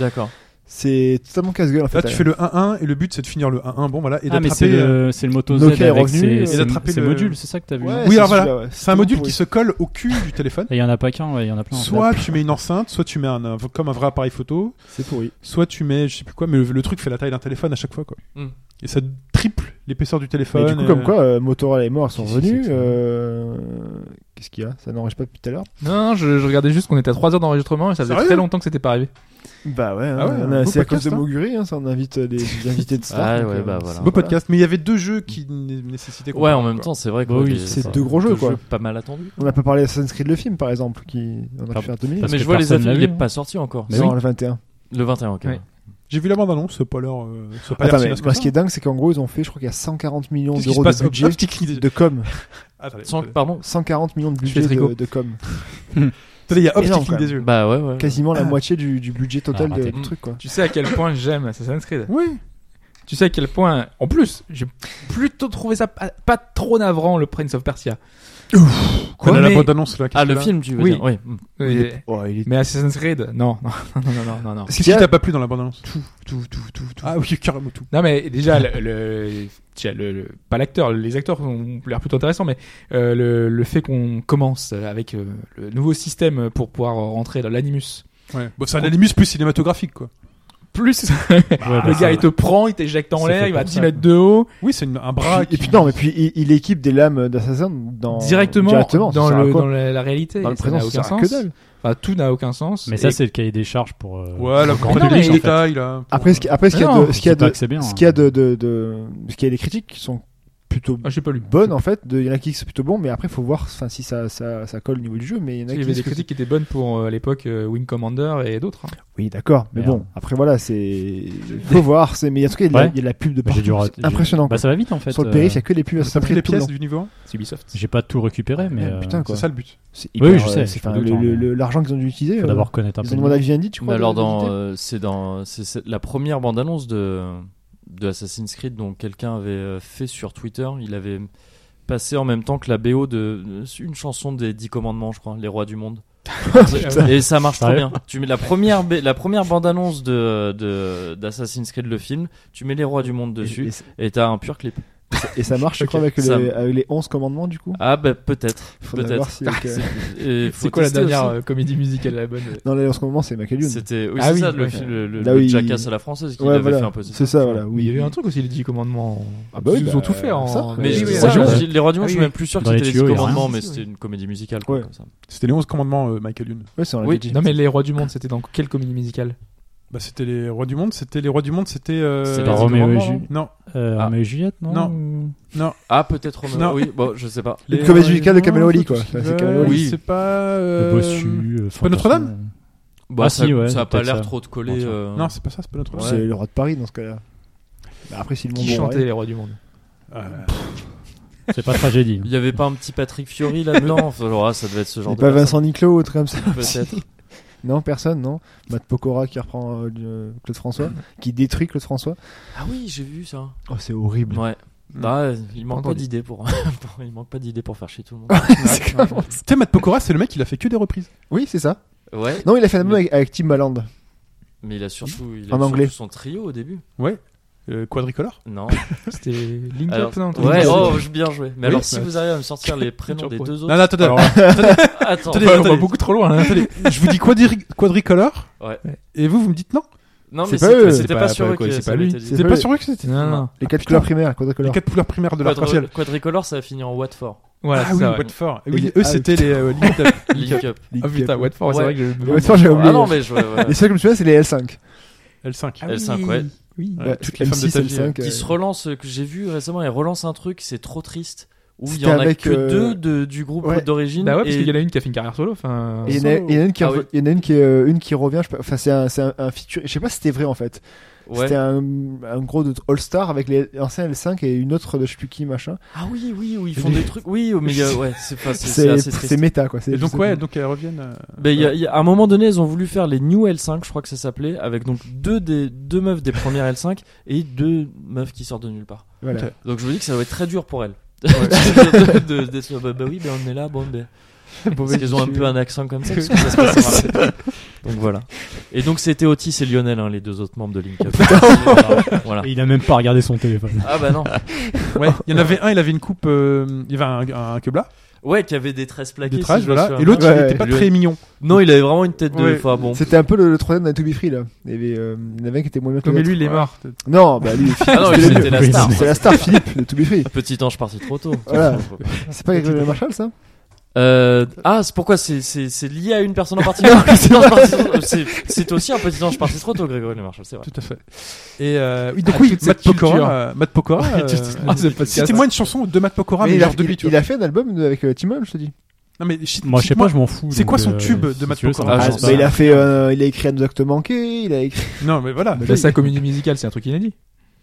S5: D'accord.
S2: C'est totalement casse-gueule en fait. euh,
S1: Là, tu fais le 1-1 et le but c'est de finir le 1-1. Bon, voilà, et
S3: Ah,
S1: d'attraper.
S3: mais c'est
S1: euh,
S3: le, c'est le Moto Z
S2: Nokia est
S3: avec
S2: revenu,
S3: ses,
S2: et
S3: ses-
S1: d'attraper
S3: ses
S1: le-
S3: modules, c'est ça que t'as vu
S2: Ouais,
S3: hein
S1: Oui,
S2: c'est
S1: alors voilà.
S2: celui-là, ouais.
S1: C'est un module
S2: tout
S1: qui
S2: pourri.
S1: se colle au cul du
S3: [laughs]
S1: téléphone.
S3: Et il y en a pas qu'un, ouais, il y en a plein.
S1: Soit tu mets une enceinte, soit tu mets un, un- comme un vrai appareil photo,
S2: C'est pourri.
S1: soit tu mets je sais plus quoi, mais le, le truc fait la taille d'un téléphone à chaque fois quoi.
S5: Mm.
S1: Et ça triple l'épaisseur du téléphone.
S2: Mais du coup,
S1: euh,
S2: comme quoi, euh, Motorola et moi sont
S3: Qu'est-ce que c'est
S2: revenus.
S3: que ça
S2: euh, Qu'est-ce qu'il y a Ça n'enregistre pas depuis tout à l'heure.
S4: Non, je, je regardais juste qu'on était à 3 heures d'enregistrement et ça faisait
S1: Sérieux
S4: très longtemps que c'était pas arrivé.
S2: Bah ouais,
S1: Ah ouais,
S2: on
S1: un
S2: a-
S1: beau
S2: c'est à cause
S1: podcast,
S2: de
S1: hein.
S2: Moguri, hein, ça on invite euh, des,
S1: [laughs]
S2: des invités de stars.
S5: Ah
S2: donc,
S5: ouais,
S2: euh,
S5: bah
S2: c'est-
S5: voilà.
S1: Beau podcast, mais il y avait deux jeux qui n- nécessitaient. qu'on
S5: Ouais, en
S1: parle,
S5: même
S1: quoi.
S5: temps, c'est vrai que
S3: Bah oui,
S5: les-
S2: c'est
S5: ça-
S2: deux gros jeux, quoi.
S5: Pas mal attendu.
S2: On n'a pas parlé d'Assassin's Creed le film par exemple, qui on a
S3: Pardon.
S2: fait un deux minutes.
S3: Parce
S5: mais
S3: que
S5: je vois les
S3: personne
S5: avis, il
S3: l'a
S5: est
S3: vu.
S5: pas sorti encore.
S3: Mais
S2: non,
S3: oui.
S2: le 21.
S5: Le 21, ok.
S4: Oui.
S5: Bah ouais.
S1: J'ai vu la bande annonce, c'est pas l'air. euh, ça a pas l'air
S2: Attends,
S1: si
S2: mais
S1: naze que
S2: moi, ce
S1: ça.
S2: qui est dingue, c'est qu'en gros, ils ont fait, je crois qu'il y a 140 millions
S1: Qu'est-ce qui se
S2: d'euros de
S1: passe
S2: budget
S1: Hop, petit cri déjà.
S2: de com.
S1: Attendez,
S5: Sans-
S1: attendez.
S5: Pardon
S2: 140 millions de budget
S4: fais tricot.
S2: de, de com.
S1: Attendez, il y a hop,
S2: Énorme,
S1: petit cri
S2: quand même.
S1: des yeux.
S5: Bah ouais, ouais.
S2: Quasiment
S1: Ah.
S2: la moitié du, du budget total
S3: Ah,
S2: de,
S3: raté.
S2: du truc, quoi.
S4: Tu sais à quel point j'aime Assassin's Creed.
S1: Oui.
S4: Tu sais à quel point, en plus, j'ai plutôt trouvé ça pas, pas trop navrant le Prince of Persia.
S1: Quoi,
S4: Mais-
S1: la bande annonce là.
S5: Ah,
S1: qu'est-ce
S5: le
S1: que là
S5: film, tu veux
S4: Oui.
S5: [laughs] dire Oui. Mm.
S4: Oui.
S2: Oh, il est
S4: Mais Assassin's Creed, non, non, non, non, non, non, non.
S1: Qu'est-ce qui t'a pas plu dans la bande annonce Tout, tout, tout, tout, Ah oui, carrément tout.
S4: Non mais déjà le, le- tiens, le- le- pas l'acteur, les acteurs ont l'air plutôt intéressants, mais euh, le, le fait qu'on commence avec euh, le nouveau système pour pouvoir rentrer dans l'animus.
S1: Ouais. Bon, c'est un animus plus cinématographique quoi.
S4: Plus [laughs]
S3: bah,
S4: le
S3: ça-
S4: gars il te prend, il t'éjecte en
S3: c'est
S4: l'air,
S3: fait
S4: il va
S3: pour
S4: 10
S3: ça,
S4: mètres
S3: quoi.
S4: de haut,
S1: Oui, c'est une- un bras.
S2: Puis- et
S1: qui-
S2: puis non, mais puis il, il équipe des lames d'Assassin dans
S4: directement,
S2: directement, ça hein.
S4: dans,
S2: sert à
S4: le,
S2: quoi
S4: dans la, la réalité.
S2: Dans le
S4: Ça
S2: présent,
S4: n'a
S2: ça
S4: aucun
S2: sert à que
S4: sens.
S2: dalle.
S4: Enfin, tout n'a aucun sens.
S3: Mais ça,
S4: Et-
S3: c'est le cahier des charges pour. euh,
S1: Ouais, la
S3: pour
S1: grande
S4: non,
S3: les
S4: mais
S1: des
S3: gens,
S4: il
S3: en
S4: est
S3: fait.
S1: détails là.
S2: Après, ce qui- après ce qu'il y a
S4: Non,
S2: de, ce qu'il y a
S3: Surtout
S2: de,
S3: que c'est bien.
S2: ce qu'il y a de, de, de- ce qu'il y a des critiques qui sont plutôt
S4: Ah, j'ai pas lu.
S2: bonnes en fait. De- Il y en a qui sont plutôt bons, mais après, faut voir, enfin, si ça, ça, ça colle au niveau du jeu. Mais il y en a
S4: Il y
S2: qui
S4: avait
S2: disent
S4: des
S2: que
S4: critiques qui étaient bonnes pour euh, à l'époque euh, Wing Commander et d'autres. hein.
S2: c'est- Oui, d'accord. Mais
S3: Merde.
S2: bon, après voilà, c'est faut voir. C'est mais en tout cas, il y a,
S3: Ouais.
S2: il y a de la pub de
S3: Bah,
S2: partout.
S3: j'ai dû rater-
S2: C'est impressionnant.
S3: Bah,
S2: quoi.
S3: ça va vite en fait.
S2: Sur le
S3: euh,
S2: périph', il y a que les pubs
S1: Ça
S2: Assassin's
S1: pris les
S2: Creed tout le
S1: pièces
S2: long.
S1: du niveau 1
S4: C'est Ubisoft.
S2: [laughs]
S3: J'ai pas tout récupéré, mais.
S2: Ouais,
S3: euh,
S2: putain, quoi.
S1: C'est ça le but.
S2: C'est
S3: Oui,
S2: hyper,
S3: je
S2: euh,
S3: sais,
S2: c'est-
S3: faut
S2: enfin, le-
S3: le temps,
S2: le-
S3: mais-
S2: le- L'argent qu'ils ont dû utiliser.
S3: Faut
S2: euh,
S3: d'abord connaître un
S2: Ils
S3: peu.
S2: ont
S3: le
S2: demandé à
S3: milieu.
S2: Vivendi, tu
S5: Mais
S2: crois.
S5: alors,
S2: de- de
S5: dans,
S2: l'éditer
S5: euh, c'est dans c'est c'est la première bande-annonce de, de Assassin's Creed dont quelqu'un avait euh, fait sur Twitter. Il avait passé en même temps que la BO de une chanson des Dix Commandements, je crois, Les Rois
S4: [laughs]
S5: du Monde.
S2: Ah,
S5: Et ça marche très
S3: Sérieux
S5: bien. Tu mets la première, ba- la première bande-annonce de, de, d'Assassin's Creed, le film, tu mets Les Rois du Monde
S2: Et-
S5: euh, dessus
S2: et c'est-
S5: et t'as un pur clip.
S2: Et ça marche, je crois, avec
S5: Ça-
S2: les avec les 11 commandements du coup.
S5: Ah, bah, peut-être.
S2: Faudrait
S5: Peut-être.
S2: voir si avec, euh,
S4: [laughs]
S5: Et faut
S4: C'est quoi la
S5: tester
S4: dernière
S5: aussi.
S4: euh, comédie musicale la bonne
S2: Non, là, en ce moment, c'est Macalune.
S5: C'était oui,
S4: Ah
S5: c'est
S4: oui,
S5: ça, le,
S4: ouais.
S5: film, le, le-
S2: Là
S5: le
S2: où il-
S5: Jackass à la française qui
S2: Ouais,
S5: avait
S2: voilà.
S5: fait un peu ça.
S2: C'est ça, voilà.
S4: Oui, il y
S2: Ah Oui,
S4: avait un truc aussi, les 10 commandements.
S2: Ah bah oui,
S4: ils
S2: bah,
S4: ont tout fait en.
S2: ça,
S4: en-
S2: quoi.
S5: Mais
S2: Oui,
S5: je-
S2: oui,
S5: ça,
S2: ouais.
S5: je- les Rois du Monde,
S4: Ah
S5: je suis
S4: oui.
S5: même plus sûr que
S3: Dans les
S5: c'était les
S3: tuyaux, il y a
S5: commandements,
S3: rien.
S5: mais c'était une comédie musicale.
S2: Ouais.
S5: Quoi, comme ça.
S1: C'était les 11 commandements, euh, Michael Youn.
S2: Ouais, c'est dans la
S5: Oui.
S2: BG.
S4: Non mais les rois du monde, c'était dans quelle comédie musicale
S1: Bah, c'était les rois du monde, c'était les rois du monde, c'était. euh,
S5: C'était
S3: pas
S5: les
S3: Roméo et
S5: commandements,
S3: Juliette.
S5: non
S1: Non,
S3: Euh,
S5: Ah.
S3: Roméo et Juliette, non
S1: Non.
S3: Ou-
S5: Ah, peut-être Roméo.
S1: Non.
S5: Oui, bon, je sais pas.
S2: Une
S1: les
S2: comédie
S1: rois
S2: musicale de
S1: du monde,
S2: Camelo Ali,
S1: tout ce
S2: quoi. Enfin,
S1: qu'ils
S2: c'est Camelo
S1: veulent,
S5: Ali.
S1: C'est pas. euh,
S3: Le Bossu. euh,
S1: pas Notre-Dame
S3: Fantasme,
S5: Bah,
S3: Ah,
S5: ça,
S3: si, ouais,
S5: ça a pas
S3: peut-être
S5: l'air
S3: ça.
S5: trop de coller.
S3: Bon,
S5: euh,
S1: Non, c'est pas ça, c'est pas notre.
S2: C'est le roi de Paris dans ce cas-là. Bah, Après, si le monde
S4: Qui
S2: bon,
S4: chantait
S2: ouais.
S4: les rois
S2: [laughs]
S4: du monde
S1: Euh,
S3: euh, C'est pas tragédie.
S5: Il y avait pas un petit Patrick Fiori là-dedans Enfin, genre, ah, ça devait être ce genre
S2: Et
S5: de.
S2: pas
S5: personne,
S2: Vincent Niclot ou autre comme ça.
S5: Peut-être.
S2: Non, personne, non. Matt Pokora qui reprend euh, le- Claude François, qui détruit Claude François.
S5: Ah oui, j'ai vu ça.
S2: Oh, c'est horrible.
S5: Ouais.
S1: Mm.
S5: Ah, il manque pas
S4: Entendu.
S5: d'idées pour... [laughs] pour- Il manque pas d'idées pour faire chier tout le monde.
S2: C'est clair.
S1: Tu sais, Matt Pokora, c'est le mec, il a fait que des reprises.
S2: Oui, c'est ça.
S5: Ouais,
S2: Non, il a fait la même avec, avec Tim Maland.
S5: mais il a surtout, il a
S2: En
S5: surtout
S2: anglais.
S5: son trio au début.
S1: Euh, quadricolore.
S5: Non.
S4: C'était Link
S5: Alors-
S4: Up, non [laughs]
S5: ouais,
S4: Link Up.
S5: oh, je- bien joué.
S1: Oui,
S5: Mais alors, si
S1: ouais.
S5: vous arrivez à me sortir les prénoms des deux autres.
S1: Non, non, attendez.
S4: Alors,
S1: [laughs]
S5: Attends,
S1: attendez,
S4: on va- on va
S1: attendez.
S4: beaucoup trop loin. hein.
S1: Attendez, je vous dis quadri- quadricolore.
S5: Ouais.
S1: Et vous, vous me dites non.
S5: non,
S2: c'est
S5: mais
S2: pas
S5: c'était
S2: eux.
S5: c'était
S4: C'est
S5: pas,
S4: pas-
S5: sur
S4: pas-
S5: eux
S4: quoi,
S5: que
S4: c'est
S5: ça
S2: pas
S5: avait
S2: lui.
S5: été dit.
S2: C'est
S1: C'est
S2: pas
S1: pas
S2: eux.
S1: sûr que c'était.
S4: Non, non.
S2: Les quatre
S1: putain.
S2: couleurs primaires, quoi de
S1: Les
S2: couleur.
S1: quatre couleurs primaires de
S5: Quadri-
S1: l'arc-en-ciel.
S5: Quadricolore, ça va finir en Watford.
S2: [laughs]
S4: Voilà,
S1: Ah
S4: c'est
S1: oui,
S4: ça, ouais.
S1: Watford.
S2: Et
S1: Oui,
S2: les-
S1: eux,
S2: ah,
S1: c'était les euh, Link
S2: [laughs]
S1: Up.
S5: Link Up.
S4: Ah putain, Watford, c'est
S5: Ouais.
S4: vrai que je.
S2: Watford, j'ai oublié.
S5: Ah non, mais je. ouais, ouais.
S2: Les seuls que je me souviens, [laughs] c'est les L5.
S1: L5.
S2: Ah
S5: L5, ouais.
S4: Ah Oui.
S1: Ouais,
S2: Ouais,
S1: toutes les femmes de
S2: M6,
S5: hein.
S1: ta vie,
S2: L5.
S5: euh, Qui se relance, euh, que j'ai vu récemment, elle relance un truc, c'est trop triste. où il y
S2: C'était
S5: en a
S2: avec,
S5: que
S2: euh,
S5: deux de- du groupe
S2: ouais.
S5: d'origine.
S4: Bah ouais, parce
S5: et-
S4: qu'il y en a une qui a fait une carrière solo. Enfin, euh,
S2: Et il y en a- il y en a une qui
S5: Ah
S2: rev-
S5: oui.
S2: il y en a une qui est, euh, une qui revient. je sais pas- Enfin, c'est un, c'est un, un feature. Je sais pas si c'était vrai en fait.
S5: ouais.
S2: C'était un, un gros de All-Star avec les anciens L5 et une autre de je sais plus qui machin.
S5: Ah oui, oui, oui, ils font des trucs. Oui, au milieu, ouais, c'est pas- c'est- c'est
S2: C'est
S5: assez triste.
S2: c'est méta quoi. c'est-
S1: Et donc
S2: c'est-
S1: ouais, donc elles reviennent. euh,
S5: Ben, il y a- il y a- à un moment donné, ils ont voulu faire les New L5, je crois que ça s'appelait, avec donc deux, des, deux meufs des premières L5 et deux meufs qui sortent de nulle part.
S2: voilà.
S1: Ok.
S5: Donc je me dis que ça doit être très dur pour elles. [laughs] de, de- de- bah, bah oui, ben on est là, bon, ben. Parce qu'elles ont un peu un accent comme ça, parce que ça se passe par là. Donc voilà. Et donc c'était Otis et Lionel, hein, les deux autres membres de Link Up. voilà.
S3: Et il a même pas regardé son téléphone.
S5: Ah bah non.
S1: Ouais, il y en avait un, il avait une coupe, euh, il avait un, un quebla,
S5: Ouais, qui avait des tresses plaquées.
S1: des
S5: si
S1: trages,
S5: je me
S1: voilà.
S5: souviens
S1: Et l'autre,
S5: bien.
S2: Ouais,
S1: il
S2: ouais.
S1: était pas
S5: Le-
S1: très mignon.
S5: Non, il avait vraiment une tête de.
S1: Ouais.
S5: Enfin bon.
S2: C'était un peu le, le troisième d'un To Be Free là. Il y avait, euh, il y en avait un qui était moins bien que
S4: Non, mais
S2: les
S4: lui, il est
S2: autres.
S4: mort.
S2: Non, bah lui, Philippe,
S5: Ah non,
S2: c'était le
S5: c'était la
S2: mieux.
S5: star.
S2: C'est la star Philippe de To Be Free.
S5: Petit ange parti trop tôt.
S2: Voilà. C'est pas Gabriel Marshall ça
S5: [laughs] Euh, ah, c'est pourquoi c'est, c'est, c'est lié à une personne en particulier. Petit ange parti trop tôt. c'est, c'est aussi un petit ange parti trop tôt, Grégory Le Marchal, c'est vrai.
S1: Tout à fait.
S4: Et euh,
S1: Ah Oui, donc
S4: à
S1: oui,
S4: toute
S1: Matt
S4: cette culture.
S1: Pokora, euh, Matt Pokora.
S4: Ouais, tu-
S1: euh,
S4: Ah, c'est pas
S1: C'était moi une chanson de Matt Pokora, mais,
S2: Mais il, a,
S1: genre depuis,
S2: il-
S1: tu
S2: il
S1: vois.
S2: a fait un album de- avec euh, Tim Holland, je te dis.
S1: Non, mais shit,
S3: Moi, je sais
S1: dites-moi-
S3: pas, je m'en fous.
S1: c'est
S3: donc,
S1: quoi son
S3: euh,
S1: tube de
S3: si
S1: Matt
S3: tu veux, ça
S5: Pokora Ah,
S3: m'intéresse
S5: j'en sais
S2: bah,
S5: pas.
S2: il a fait, euh, il a écrit un Docteur Manqué, il a écrit.
S1: Non, mais voilà.
S2: Bah,
S4: Bah, sa comédie musicale, c'est un truc inédit.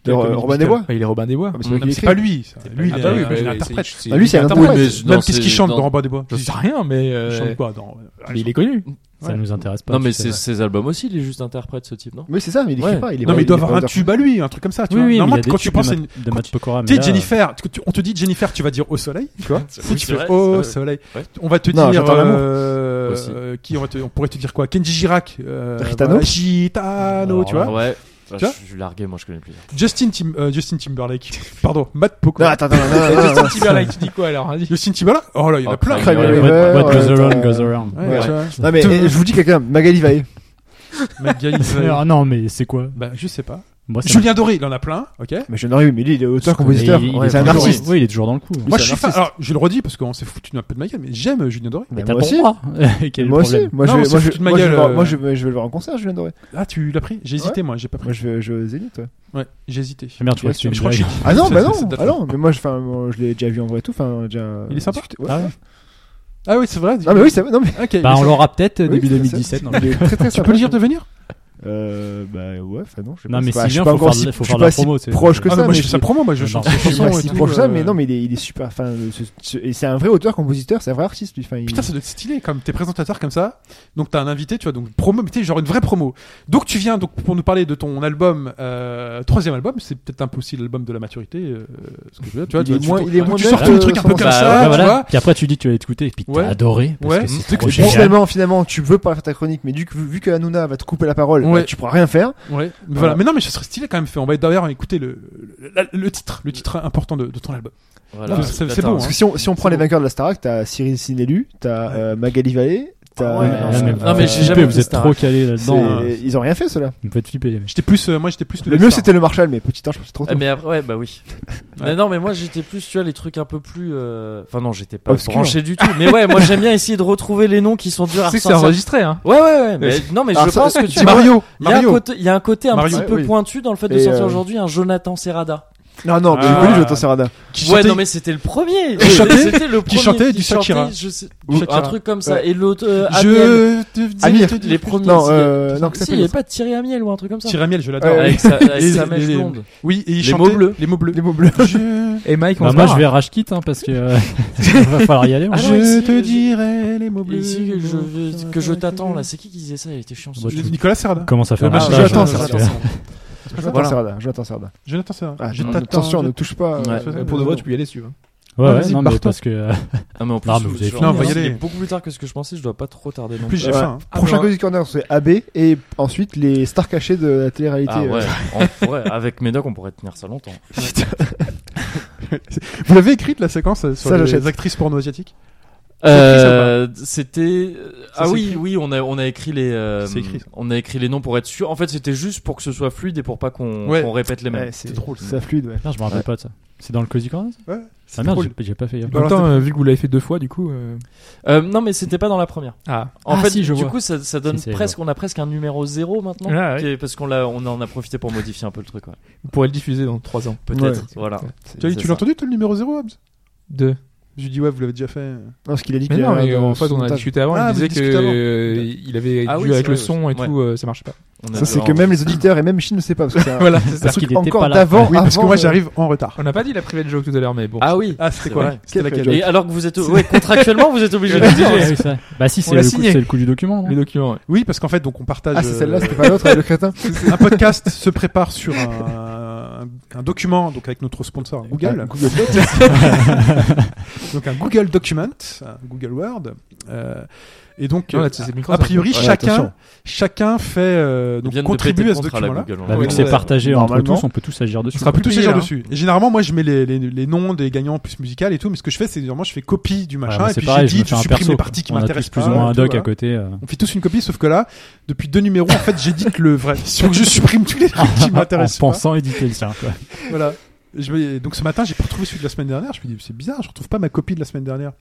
S2: De, euh, Robin des Bois
S4: Bah, Il est Robin des Bois.
S2: Ah, mais
S5: Non,
S2: lui
S1: Non, mais
S2: qui
S1: c'est pas
S2: écrit.
S1: lui. ça. Lui,
S5: pas
S1: il
S5: lui,
S1: est-
S5: bah,
S1: il est
S4: c'est-
S1: interprète.
S4: c'est-
S2: Ah, lui, c'est un
S4: interprète.
S2: interprète.
S5: mais
S1: Même qu'est-ce qu'il chante dans Robin des Bois
S4: Je sais rien, mais. euh,
S1: Il chante quoi dans-
S4: mais il est connu.
S3: Ça nous intéresse pas.
S5: Non, mais
S3: tu sais.
S5: c'est, ses albums aussi, il est juste interprète, ce type, non
S2: Mais c'est ça, mais il écrit
S5: Ouais.
S2: pas. Il est
S1: Non,
S2: pas-
S1: mais il doit
S2: est
S1: avoir
S2: pas
S1: un
S2: auteur.
S1: tube à lui, un truc comme ça. tu
S3: Oui,
S1: vois.
S3: oui, mais
S1: Normalement,
S3: il y a des
S1: quand tu
S3: tubes de
S1: penses à
S3: Matt-
S1: une.
S3: de Matt
S2: Ah,
S3: Pokora.
S1: Tu
S3: mais
S1: sais,
S3: là,
S1: Jennifer, tu- tu- on te dit Jennifer, tu vas dire au soleil, tu vois.
S5: C'est-
S1: Si
S5: oui,
S1: tu
S5: c'est
S1: fais
S5: vrai,
S1: au
S5: c'est
S1: soleil.
S5: Ouais.
S1: On va te
S2: Non,
S1: dire.
S2: j'entends l'amour.
S1: euh,
S5: Aussi.
S1: euh, qui on, va te- on pourrait te dire quoi Kenji Girac. euh,
S2: Gitano.
S1: voilà, Gitano,
S3: Alors,
S1: tu vois.
S5: Ouais. Bah,
S1: Tu vois
S5: je, je suis largué, moi je connais plus.
S1: Justin, Tim- euh, Justin Timberlake. [laughs] Pardon, Matt
S2: Non,
S1: Pokora.
S2: attends, attends, non, non, non, non.
S4: Justin Timberlake, tu dis quoi
S1: [laughs]
S4: alors hein, dis-
S1: Justin Timberlake Oh là, il y en a
S5: Oh,
S1: plein.
S5: crème.
S1: Ouais,
S2: Craig
S5: Ouais,
S2: Oliver,
S3: What, what goes
S2: euh,
S3: around goes around.
S2: Ouais.
S1: tu vois.
S2: Non, mais eh, je vous dis quelqu'un, Magali Vaillé. [laughs]
S1: MacGyver.
S3: Ah non, mais c'est quoi
S1: Bah, je sais pas.
S2: Oh,
S3: Moi, ça
S1: Julien Doré, il en a plein, ok
S2: Mais je n'aurais eu, mais lui, il est auteur,
S5: connais,
S3: Mais
S2: compositeur.
S3: il- il
S5: Ouais,
S3: est
S2: C'est un
S5: toujours-
S3: toujours-
S2: artiste.
S3: Oui, il est toujours dans le coup.
S2: Oui,
S1: Moi,
S2: c'est
S1: je
S2: un
S1: suis fan.
S2: artiste.
S1: Alors, je le redis parce qu'on s'est foutu un peu de ma gueule, mais j'aime Julien Doré.
S2: Mais
S3: t'as
S2: moi
S3: pas le
S2: aussi.
S3: droit. Quel est le
S2: Moi aussi.
S3: problème
S2: Moi,
S1: Non,
S2: je
S1: on
S2: vais,
S1: s'est
S2: moi, je,
S1: foutu de ma
S2: moi, je vais
S1: gueule,
S2: le voir-
S1: euh.
S2: moi, je vais, je vais le voir en concert, Julien Doré.
S1: Ah, tu l'as pris J'ai hésité, moi, j'ai pas pris.
S2: Moi, je vais, je vais aux Zénith, ouais.
S1: Ouais, j'ai hésité.
S3: Ah Merde, tu vois que c'est une
S1: Je crois que
S3: blague.
S1: j'ai-
S2: Ah non,
S1: c'est-
S2: bah
S1: c'est-
S2: non,
S1: c'est
S2: ah
S1: datant.
S2: non, mais moi, je, enfin, moi, je l'ai déjà vu en vrai et tout, enfin, on a déjà.
S1: Il est sympa
S2: discuté. Ouais.
S3: Ah ouais.
S1: Ah oui, c'est vrai.
S2: Non, mais oui, c'est vrai, non, mais.
S1: Ok, mais
S3: Bah, on
S1: c'est-
S3: l'aura peut-être
S2: oui,
S3: début
S2: c'est-
S3: 2017. non, mais-
S2: Il est très, très
S1: Tu
S2: sympa.
S1: peux le dire de venir
S2: Euh, bah ouais, enfin non, je sais
S3: Non,
S2: pas,
S3: mais
S2: c'est pas-
S3: si
S2: je suis
S3: bien,
S2: pas
S3: faut
S2: encore
S3: faire de-
S2: si-
S3: faut
S2: je suis
S3: faire de la
S2: pas si
S3: promo, c'est-
S2: proche que
S1: Ah
S2: ça,
S1: non, moi
S2: mais
S1: je fais sa promo, moi je
S3: Non,
S1: chante.
S3: non,
S1: ses
S2: je suis pas
S1: chansons et
S2: si
S1: tout,
S2: proche de ça,
S1: euh.
S2: mais non, mais il est, il est super, enfin, euh, ce- ce- et c'est un vrai auteur-compositeur, c'est un vrai artiste, lui, enfin, il-
S1: Putain, ça doit être stylé comme t'es présentateur comme ça. Donc t'as un invité, tu vois, donc promo, mais t'es genre une vraie promo. Donc tu viens donc pour nous parler de ton album, euh, troisième album, c'est peut-être un peu aussi l'album de la maturité, euh, ce que je veux dire, tu vois.
S2: Il est
S1: tu,
S2: moins-
S1: tu,
S2: il est
S1: tu
S2: moins
S1: sors
S2: bête,
S1: ton
S2: euh,
S1: truc un peu
S2: sans
S1: comme
S3: Bah,
S1: ça,
S3: ouais,
S1: tu
S3: voilà.
S1: vois.
S3: Puis après, tu dis que tu vas l'écouter et puis que
S1: Ouais.
S3: t'as adoré. Parce
S1: Ouais.
S3: que
S1: Et
S3: c'est trop
S2: Et puis
S3: génial.
S2: finalement, finalement, tu veux pas faire ta chronique, mais du coup, vu que Hanouna va te couper la parole,
S1: Ouais.
S2: bah, tu pourras rien faire.
S1: Ouais, mais voilà.
S2: Voilà.
S1: Mais non, mais ce serait stylé quand même. Fait. On va d'ailleurs écouter le, le, la- le titre, le titre important de, de ton album.
S5: Voilà.
S1: C'est- c'est
S5: Attends,
S1: bon,
S2: Parce
S1: hein.
S2: que si on, si on prend
S1: C'est
S2: les
S1: bon.
S2: vainqueurs de la Starac, t'as Cyril Sinelu, t'as euh, Magali Vallée, t'as. euh,
S5: Ouais,
S3: Ah Ouais,
S5: non,
S3: là,
S5: c'est-
S3: mais
S5: non,
S3: vous
S5: mais
S3: faites
S5: j'ai
S3: flipper,
S5: jamais vu
S3: Vous êtes
S5: Star.
S3: trop calés
S2: c'est-
S3: là-dedans. hein.
S2: Ils ont rien fait, ceux-là.
S3: Vous me faites flipper. les mecs.
S1: J'étais plus, euh, moi j'étais plus
S2: Le mieux, c'était le Marshall, mais petit ange, c'est trop tôt.
S5: Ah, mais après, ouais, bah oui. Mais non, mais moi j'étais plus, tu vois, les trucs un peu plus. euh, Enfin, non, j'étais pas
S2: Obscur.
S5: branché du tout. Mais ouais, moi j'aime bien essayer de retrouver les noms qui sont durs à
S4: Tu sais que c'est
S5: ressortir.
S4: enregistré, hein.
S5: Ouais, ouais, ouais. Mais, non, mais je
S2: Alors ça,
S5: pense que tu
S2: c'est
S5: vois,
S1: Ah, Mario.
S5: Il y, a un
S1: Mario.
S5: côté, il y a un côté un
S1: Mario,
S5: petit peu
S2: oui.
S5: pointu dans le fait de
S2: Et,
S5: sortir
S2: euh,
S5: aujourd'hui un Jonathan Serrada.
S2: Non, non, mais j'ai
S1: Ah.
S2: connu Jonathan Serrada.
S1: Qui
S5: Ouais,
S1: chantait-
S5: non mais c'était le premier.
S1: Qui chantait-
S5: C'était le
S1: qui
S5: premier
S1: chantait du Shakira.
S5: je sais-
S1: Ou-
S5: un
S1: Shakira.
S5: truc comme ça.
S2: Ouais.
S5: Et l'autre, euh, Amiel.
S1: Je te disais-
S2: Amir.
S1: te dis-
S5: les premiers.
S2: Non,
S5: si-
S2: euh, non, que
S5: si,
S2: s'appelle
S5: il y avait pas de Thierry Amiel ou un truc comme ça.
S1: Thierry Amiel, je l'adore.
S2: Ouais,
S5: Avec sa, avec
S1: Les-
S5: sa mèche
S1: les-
S5: blonde.
S1: Oui, et il
S5: Les
S1: chantait
S5: mots bleus.
S1: Les mots bleus.
S2: Les mots bleus.
S1: [laughs] Je,
S4: Et Mike, on
S3: Bah,
S4: se
S3: moi,
S4: barre.
S3: je vais rage quitte hein, parce que euh, va falloir y aller. moi.
S5: Ah non,
S1: je
S5: et si-
S1: te dirai les mots bleus.
S5: Et si
S1: les
S5: que je,
S1: mots
S5: veux- que je t'attends là, c'est qui qui disait ça Il était chiant. ce
S3: Bah,
S5: jeu.
S3: tu-
S1: Nicolas Serda.
S3: Comment ça fait
S1: Le
S3: un
S5: Ah,
S1: match
S3: rage,
S2: Jonathan
S3: hein,
S2: Serrada.
S3: parce que-
S2: Jonathan
S5: Voilà.
S2: Serrada, Jonathan Serrada.
S1: Jonathan Serda.
S2: Ah,
S1: je t'attends.
S2: attention, ne touche pas.
S5: Ouais.
S1: Euh,
S4: Euh, Pour de vrai, tu peux y aller si tu veux.
S3: Ouais, ouais,
S1: Vas-y,
S3: non, mais
S1: barre-toi.
S3: parce que. euh,
S5: Ah mais en plus,
S3: Non, mais vous avez
S5: genre,
S3: fini,
S1: Non, on va y
S5: il est
S1: aller.
S5: beaucoup plus tard que ce que je pensais. Je dois pas trop tarder non
S1: En plus,
S5: plus.
S1: j'ai
S2: Ouais.
S1: faim. hein. [laughs]
S2: Prochain
S4: Ah,
S2: Cozy Corner, c'est AB et ensuite les stars cachées de la télé-réalité.
S5: Ah ouais,
S2: euh.
S5: on pourrait- avec Médoc on pourrait tenir ça longtemps.
S1: Vous l'avez écrite la séquence euh, sur
S2: Ça,
S1: les
S2: j'achète.
S1: actrices porno-asiatiques
S5: Euh, c'était ah
S1: c'est
S5: oui
S1: écrit
S5: oui on a on a écrit les euh,
S1: C'est écrit, ça.
S5: on a écrit les noms pour être sûr en fait c'était juste pour que ce soit fluide et pour pas qu'on
S1: Ouais.
S5: qu'on répète les mêmes
S2: Ouais, c'est
S1: drôle, ça.
S2: Ça fluide, ouais.
S3: Merde, je me rappelle pas de ça. C'est dans le Cozy Corner ça
S1: Ouais,
S3: Ah
S1: c'est
S3: merde,
S1: drôle.
S3: j'ai- j'ai pas fait gaffe.
S1: Bah, alors,
S4: Attends, euh, vu que vous l'avez fait deux fois, du coup. euh,
S5: Euh, non mais c'était pas dans la première
S4: Ah.
S5: en
S3: Ah,
S5: fait
S3: si, je
S5: du
S3: vois.
S5: coup ça, ça donne
S3: Si, si, je
S5: presque on a presque un numéro zéro maintenant
S4: Ah, ouais.
S5: qui est- parce qu'on l'a on en a profité pour modifier un peu le truc ouais.
S4: Vous pourrez le diffuser dans trois ans.
S5: peut-être voilà
S1: Tu as dit,
S5: C'est
S1: tu
S5: ça.
S1: l'as entendu, toi, le numéro 0, Hobbs
S4: Deux.
S1: J'ai dit ouais, vous l'avez déjà fait.
S2: Non, ce qu'il a dit
S4: Mais
S2: qu'il
S4: non,
S2: avait
S4: mais
S2: dans
S4: en
S2: son
S4: fait, on a
S2: montage.
S4: discuté avant.
S1: Ah,
S4: il
S1: vous
S4: disait que
S1: discutez avant.
S4: euh, il avait
S5: Ah
S4: dû
S5: oui, c'est
S4: avec
S5: vrai,
S4: le son
S5: ouais.
S4: et tout, euh, ça marchait pas.
S5: On a
S2: Ça, c'est
S5: vraiment-
S2: que même les auditeurs et même Chine ne sait pas. Parce que c'est un-
S4: [laughs] Voilà, c'est ça.
S2: un truc
S3: qu'il était
S2: encore
S3: pas là.
S2: d'avant.
S1: Oui, Ah, parce que
S2: avant,
S1: moi
S2: euh,
S1: j'arrive en retard.
S4: On n'a pas dit la privée de joke tout à l'heure, mais bon.
S5: Ah oui.
S1: Ah, c'était
S5: C'est
S1: quoi
S5: vrai.
S1: C'était laquelle
S5: Et alors que vous êtes ouais contractuellement vous êtes obligé de le
S3: Ouais,
S5: dire.
S3: c'est vrai. Bah si,
S4: On
S3: c'est
S4: l'a
S3: le, coup-
S4: signé.
S3: c'est le coup du document. non
S4: Les documents. ouais.
S1: Oui, parce qu'en fait, donc on partage.
S2: Ah, c'est celle-là,
S1: euh,
S2: c'était pas l'autre, avec le crétin.
S1: un podcast se prépare sur un, un document, donc avec notre sponsor Google.
S2: Ah,
S1: Google donc un Google Document, un Google Word. euh, et donc,
S4: Non,
S1: euh,
S4: là, c'est- c'est Microsoft.
S1: a priori,
S2: Ouais,
S1: chacun,
S2: attention.
S5: chacun
S1: chacun fait, euh,
S5: Ils
S1: donc
S5: viennent de péter
S1: contribue
S5: le
S1: à ce
S5: contrat, là,
S1: document-là.
S5: Google.
S3: Bah, vu que
S1: Ouais.
S3: c'est partagé entre
S2: Normalement.
S3: tous, on peut tous agir dessus.
S1: On sera
S4: plus
S1: plus tous
S4: payé,
S1: agir
S4: hein.
S1: dessus. Et généralement, moi, je mets les, les, les noms des gagnants plus musical et tout, mais ce que je fais, c'est généralement, je fais copie du
S3: Ouais,
S1: machin,
S3: mais
S1: et
S3: c'est
S1: puis
S3: pareil, je
S1: j'édite,
S3: me fais
S1: je,
S3: un
S1: supprime
S3: perso.
S1: les parties qui
S3: On a tous
S1: m'intéressent
S3: plus
S1: pas,
S3: ou moins un
S1: et tout,
S3: doc à
S1: voilà.
S3: côté. euh.
S1: On fait tous une copie, sauf que là, depuis deux numéros, en fait, j'édite le vrai. [laughs] Si on- je supprime tous les
S3: [laughs]
S1: trucs qui
S3: En
S1: m'intéressent pas.
S3: pensant éditer le sien. quoi.
S1: Voilà. Et je me- donc ce matin, j'ai retrouvé celui de la semaine dernière. Je me dis, c'est bizarre, je retrouve pas ma copie de la semaine dernière.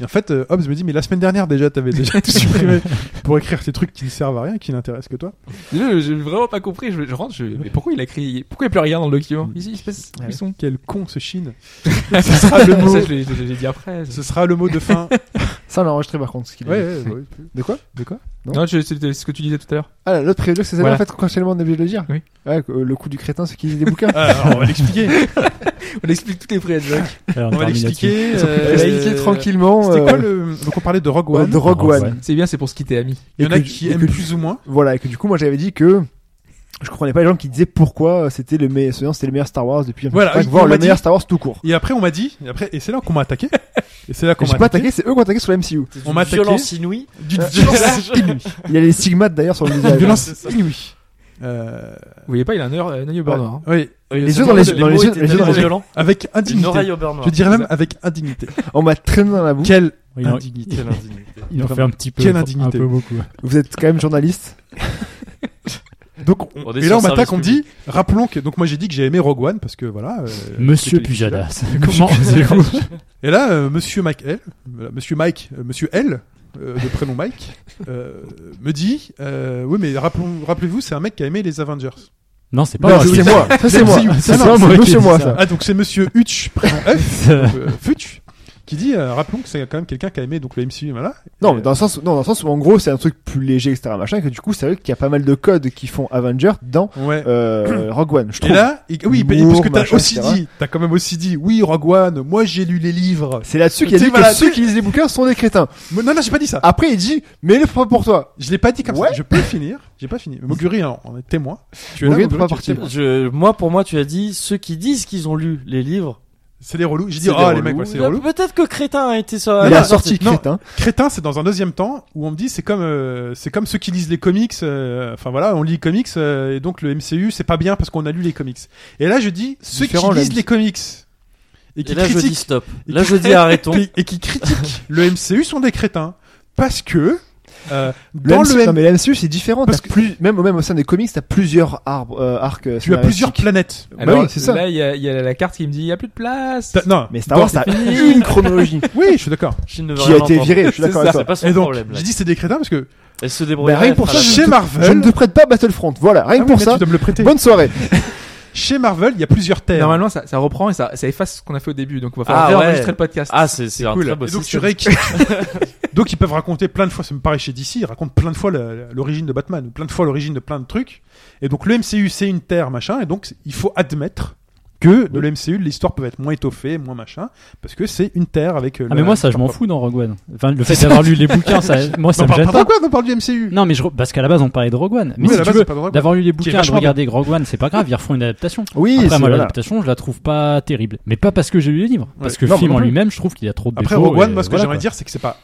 S1: Et en fait, euh, Hobbes me dit, mais la semaine dernière déjà, t'avais [laughs] déjà tout supprimé pour écrire ces trucs qui ne servent à rien, qui n'intéressent que toi.
S4: Déjà, J'ai vraiment pas compris. Je, je rentre. Je... Mais pourquoi il a crié Pourquoi il pleure rien dans le document Ici, il se passe.
S2: Ouais.
S4: [laughs] Ils sont.
S1: Quel con ce Chine. ce sera le mot.
S4: Ah Ça, je l'ai- je l'ai dit après.
S1: Ce sera le mot de fin.
S2: Ça, on l'a enregistré par contre. ce qu'il
S1: [laughs] ouais,
S2: a dit.
S1: ouais, ouais.
S2: De quoi
S1: De quoi
S2: Non.
S4: Non, je- c'était ce que tu disais tout à l'heure.
S2: Ah, l'autre prélude, c'est celle-là,
S4: Voilà.
S2: en fait, contractuellement, on est obligé de le dire.
S4: Oui.
S2: Ouais, euh, le coup du crétin, c'est qu'il lit des bouquins.
S1: Ah, Alors, on va l'expliquer.
S4: On explique toutes les privées de jokes.
S3: Alors,
S1: On va
S3: termine là-dessus.
S1: l'expliquer.
S2: Il
S4: Euh,
S2: a expliqué tranquillement.
S1: C'était quoi
S2: euh,
S1: le. Donc on parlait de Rogue
S2: ouais,
S1: One.
S2: de Rogue
S3: Rogue
S2: One.
S3: One.
S4: C'est bien, c'est pour ce qui t'est ami.
S1: Il y en
S2: Et
S1: a
S2: que-
S1: qui
S2: et
S1: aiment
S2: que-
S1: plus ou moins.
S2: Voilà, et que du coup, moi j'avais dit que je comprenais pas les gens qui disaient pourquoi euh, c'était le meilleur, c'était le meilleur Star Wars depuis
S1: Voilà,
S2: enfin,
S1: ils-
S2: voir
S1: on
S2: le
S1: m'a dit-
S2: meilleur Star Wars tout court.
S1: Et après, on m'a dit. Et après, et c'est là qu'on m'a attaqué. Et c'est là
S2: Et
S1: qu'on
S2: J'ai
S1: m'a
S2: pas attaqué, c'est eux qui ont attaqué sur la MCU.
S1: On m'a attaqué.
S5: Violence inouïe.
S1: Du
S2: Il y a les stigmates d'ailleurs sur le visage.
S1: violence inouïe. Euh,
S4: Vous voyez pas, il a un heure- un œil au beurre noir. hein.
S1: Oui,
S2: Les yeux dans les dans les yeux- les yeux dans les yeux.
S5: violents.
S1: avec
S5: Une
S1: indignité.
S5: oreille au beurre noir.
S1: Je dirais même avec indignité.
S2: On m'a traîné dans la boue.
S1: Quelle
S3: Il en-
S1: indignité.
S5: Quelle indignité.
S3: il en fait un petit peu.
S1: Quelle
S3: Un
S1: indignité.
S3: peu beaucoup.
S2: Vous êtes quand même journaliste.
S1: Donc, on-
S5: On est
S1: et
S5: sur
S1: là, on
S5: service
S1: m'attaque, on me dit,
S5: public.
S1: rappelons que, donc moi j'ai dit que j'ai aimé Rogue One parce que voilà. euh,
S3: Monsieur
S1: c'était-
S3: Pujadas, comment osez-vous
S1: Et là, euh, monsieur Mike L, voilà, monsieur Mike, euh, monsieur L, euh, de prénom Mike, euh, me dit, euh, oui, mais rappelons- rappelez-vous, c'est un mec qui a aimé les Avengers.
S3: Non, c'est
S2: Non,
S3: pas
S2: c'est moi. Ça c'est moi.
S3: MCU.
S2: Ça
S3: C'est
S2: c'est
S3: pas moi
S2: moi,
S3: qui ai
S2: c'est
S3: dit
S2: moi
S3: ça.
S2: ça.
S1: Ah, donc c'est monsieur Hutch, prénom
S2: [laughs]
S1: F,
S3: C'est-
S1: euh, Futch, qui dit, euh, rappelons que c'est quand même quelqu'un qui a aimé donc le MCU, voilà.
S2: Non,
S1: Et,
S2: mais dans le sens, non, dans le sens où en gros c'est un truc plus léger, etc. Machin, que du coup c'est vrai qu'il y a pas mal de codes qui font Avenger dans
S1: Ouais. [clears throat]
S2: euh, Rogue One. Je
S1: Et
S2: trouve.
S1: là, et- oui,
S2: L'humour,
S1: parce que t'as
S2: machin,
S1: aussi
S2: etc.
S1: dit, t'as quand même aussi dit, oui, Rogue One, moi j'ai lu les livres.
S2: C'est là-dessus qu'il a
S1: Tu sais,
S2: dit que
S1: voilà,
S2: ceux
S1: tu-
S2: qui lisent les bouquins sont des crétins.
S1: Mais Non, non, j'ai pas dit ça.
S2: Après il dit, mais le propre pour toi.
S1: Je l'ai pas dit comme
S2: Ouais.
S1: ça. Je peux finir. J'ai pas fini. Moguri, hein, on est témoin. Tu es
S2: Moguri
S1: là,
S2: ne peut pas
S1: tu es
S2: partir.
S1: témoin.
S5: Je, moi, pour moi, tu as dit ceux qui disent qu'ils ont lu les livres.
S1: C'est les relous. J'ai dit,
S5: c'est des
S1: ah, les
S5: relous.
S1: mecs, ouais, c'est les
S5: Là,
S1: relous.
S5: Peut-être que Crétin a été sur
S2: Il
S1: Ah, non,
S2: a
S5: la
S2: sorti
S5: sortie.
S1: non.
S2: crétin.
S1: Crétin, c'est dans un deuxième temps où on me dit, c'est comme, euh, c'est comme ceux qui lisent les comics. euh, Enfin voilà, on lit les comics euh, et donc le MCU, c'est pas bien parce qu'on a lu les comics. Et là, je dis, ceux
S2: Différent,
S1: qui
S2: le
S1: lisent
S2: MC.
S1: les comics et qui
S5: Et là, je dis
S1: critiquent,
S5: stop.
S1: Et
S5: Là,
S1: qui-
S5: je dis arrêtons.
S1: et- et qui critiquent le MCU sont des crétins parce que euh,
S2: Dans
S1: dans
S2: le
S1: le
S2: non, mais la MCU c'est différent.
S1: Parce
S2: Parce que plus, même, même au sein des comics, t'as plusieurs arbres, euh, arcs. euh,
S1: tu as plusieurs
S2: scénaristiques.
S1: planètes.
S2: Bah
S4: Alors,
S2: oui, c'est ça.
S4: Là, il y, a- il y a la carte qui me dit il y a plus de place.
S1: T'as- Non,
S2: Mais Star Wars,
S1: Dans-
S2: ça a une
S1: [laughs]
S2: chronologie
S1: Oui, je suis d'accord.
S5: Chine ne veut
S2: qui a
S5: rien
S2: été
S5: entendre.
S2: virée. Je suis d'accord
S5: [laughs] C'est
S2: avec
S5: ça,
S2: toi.
S5: C'est pas son
S1: Et donc,
S5: problème. là.
S1: j'ai dit c'est des crétins parce que
S5: Elle se débrouille.
S2: Bah, rien que pour ça, je-
S1: chez
S2: Je
S1: Marvel,
S2: ne te prête pas Battlefront. Voilà, rien
S1: Ah
S2: que
S1: oui,
S2: pour
S1: mais
S2: ça.
S1: tu dois me le prêter.
S2: Bonne soirée.
S1: Chez Marvel, il y a plusieurs terres.
S4: Normalement, ça, ça reprend et ça, ça efface ce qu'on a fait au début. Donc, on va falloir
S5: Ah,
S4: réenregistrer
S5: ouais.
S4: le podcast.
S5: Ah, c'est c'est un
S1: Cool.
S5: très beau
S1: Et donc tu
S5: système. [laughs]
S1: rééquipes. donc ils peuvent raconter plein de fois, ça me paraît chez DC, ils racontent plein de fois la- l'origine de Batman, ou plein de fois l'origine de plein de trucs. Et donc le MCU c'est une terre, machin, et donc il faut admettre que de le MCU l'histoire peut être moins étoffée, moins machin, parce que c'est une terre avec. euh,
S3: Ah,
S1: la-
S3: mais moi, ça, je m'en fous dans Rogue One. Enfin, le fait d'avoir lu les bouquins, ça, moi,
S1: Non,
S3: ça me
S1: par-
S3: gêne
S1: par-
S3: pas.
S1: pourquoi on parle du MCU
S3: Non, mais je, re- parce qu'à la base, on parlait de Rogue One. Mais
S1: Oui, à
S3: si
S1: la
S3: tu
S1: base,
S3: veux,
S1: c'est pas drôle.
S3: d'avoir lu les
S1: Qui est
S3: bouquins, de
S1: vachement
S3: regarder Rogue One, c'est pas grave, ils refont une adaptation.
S2: Oui,
S3: Après,
S2: c'est-
S3: moi,
S2: voilà.
S3: l'adaptation, je la trouve pas terrible. Mais pas parce que j'ai lu les livres. Parce
S1: Ouais.
S3: que
S1: Non,
S3: le film
S1: moi
S3: en
S1: non plus.
S3: lui-même, je trouve qu'il y a trop de
S1: Après
S3: défauts
S1: Rogue One,
S3: et
S1: moi ce que
S3: voilà,
S1: j'aimerais
S3: quoi.
S1: dire c'est que c'est pas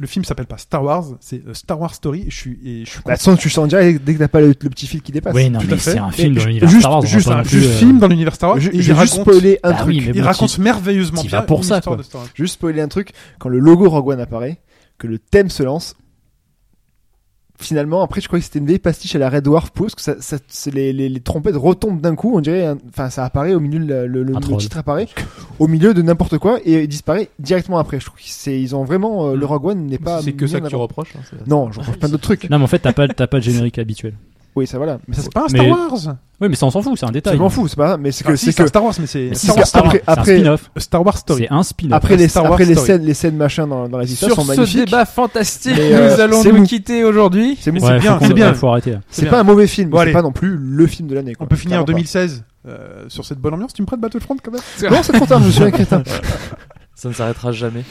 S1: le film s'appelle pas Star Wars, c'est euh, Star Wars Story. Et je suis et je suis
S2: Bah, sinon, tu sens direct dès que t'as pas le, le petit fil qui dépasse.
S3: Oui, non,
S1: tout à
S3: mais
S1: fait.
S3: c'est un film
S1: Et
S3: dans
S1: ju-
S3: l'univers
S1: juste-
S3: Star Wars. on va
S1: Juste
S3: pas
S1: un
S3: non plus, euh,
S1: film dans l'univers Star Wars.
S2: Je,
S1: et
S2: je
S1: Oh, il
S2: vais juste
S1: raconte.
S2: spoiler un
S3: Bah
S2: truc.
S3: oui, mais
S1: Il
S3: bon,
S1: raconte
S3: tu-
S1: merveilleusement
S3: t'y
S1: bien
S3: vas pour
S1: une
S3: ça,
S1: histoire
S3: quoi.
S1: de Star Wars.
S2: Juste spoiler un truc. Quand le logo Rogue One apparaît, que le thème se lance, finalement, après, je croyais que c'était une vieille pastiche à la Red Dwarf Pose, que ça, ça- c'est les, les, les trompettes retombent d'un coup, on dirait, un- enfin, ça apparaît au milieu, le, le- le- le
S3: Un troll.
S2: titre apparaît, au miliau de n'importe quoi, et il disparaît directement après. Je trouve que c'est, ils ont vraiment, euh, le Rogue One n'est pas.
S4: c'est que
S2: mis
S4: ça
S2: en
S4: que tu
S2: avant.
S4: reproches. hein, c'est-
S2: Non, je reproche plein d'autres trucs.
S3: Non, mais en fait, t'as pas, t'as pas de générique habituel.
S2: Oui, ça voilà. Mais ça, c'est
S1: C'est pas un Star
S3: Mais-
S1: Wars
S3: Oui, mais ça on s'en fout, c'est un détail.
S2: je m'en fous, c'est pas. Mais c'est que
S1: Ah, si,
S2: c'est que
S1: un Star Wars, mais c'est
S2: Mais si,
S1: Star,
S2: c'est
S1: Wars,
S2: un-
S1: Star,
S2: après-
S3: c'est un
S2: après-
S3: spin-off.
S1: Wars- Star Wars Story.
S3: C'est un spin-off.
S2: après les
S1: Star Wars
S2: après les
S1: Story.
S2: scènes les scènes machin dans dans la histoire
S4: Sur
S2: sont
S4: ce
S2: magnifiques.
S4: débat fantastique,
S2: Mais, euh,
S4: nous allons
S2: c'est
S4: nous
S2: mou.
S4: quitter aujourd'hui.
S2: C'est mou-
S1: Ouais.
S2: c'est-
S1: bien,
S3: faut-
S1: c'est bien.
S3: Faut arrêter. là.
S2: C'est pas un mauvais film,
S1: Bon,
S2: mais
S1: allez.
S2: c'est pas non plus le film de l'année. quoi.
S1: On peut finir en
S2: Clairement pas.
S1: 2016 euh, sur cette bonne ambiance. Tu me prêtes Battlefront quand même
S2: Non, c'est trop tard, je suis un crétin.
S5: Ça ne s'arrêtera jamais.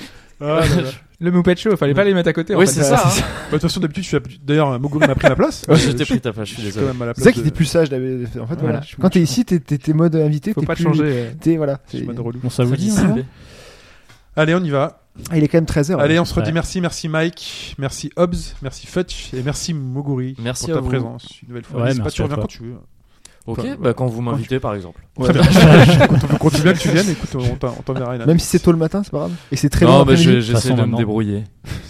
S4: Le Moupet Show, fallait pas les mettre à côté. en
S5: Oui,
S4: fait. [laughs]
S5: c'est ça. hein.
S1: Ah, Bah, De toute façon, d'habitude, je suis à- d'ailleurs Moguri m'a pris ma place.
S5: Ouais,
S1: Euh,
S5: Je t'ai
S1: suis-
S5: pris ta place, je suis
S1: je suis quand
S5: désolé.
S1: même à la place.
S2: Zach,
S1: de-
S2: il est plus sage. d'av- En fait,
S4: Voilà,
S2: voilà.
S4: je suis
S2: Quand t'es ici, t'es- t'es t'es mode invité.
S4: Faut
S2: t'es
S4: pas
S2: plus-
S4: changer. euh.
S2: T'es voilà.
S1: je suis
S2: t'es-
S1: mode relou.
S3: On ça vous
S5: Ça
S3: dit.
S5: dit,
S3: hein.
S5: c'est-
S1: Allez, on y va.
S2: Ah, il est quand même 13h.
S1: Allez, on se redit
S3: Ouais.
S1: merci, merci Mike, merci Hobbs, merci Futch et merci Moguri
S5: Merci
S1: pour
S5: à
S1: ta
S5: vous.
S1: présence une nouvelle fois.
S3: Ouais,
S1: N'hésite pas,
S3: merci
S1: tu
S3: à
S1: reviens
S3: toi.
S1: quand tu veux.
S5: Ok, bah quand vous m'invitez par
S2: hein.
S5: exemple.
S1: Très bien. Quand on veut- quand tu viens que tu viennes, écoute, on t'en- on t'enverra une.
S2: Même si c'est tôt le matin, c'est pas grave. Et c'est très long
S5: Non, mais
S2: après-midi.
S5: je-
S3: De toute
S5: j'essaie
S3: façon,
S5: de me
S3: maintenant.
S5: débrouiller.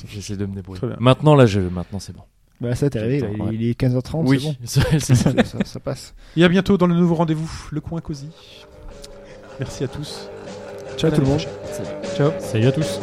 S5: J'essaie de me débrouiller.
S1: Très bien.
S5: Maintenant, là, je... maintenant c'est bon.
S2: Bah là, ça t'es arrivé, là,
S5: J'entends, ouais.
S2: il est 15h30, c'est bon.
S5: [laughs] c'est c'est ça.
S2: Ça- ça- ça passe.
S1: Et à bientôt dans le nouveau rendez-vous, le coin cosy. Merci à tous.
S2: Ciao tout le monde.
S3: Salut à tous.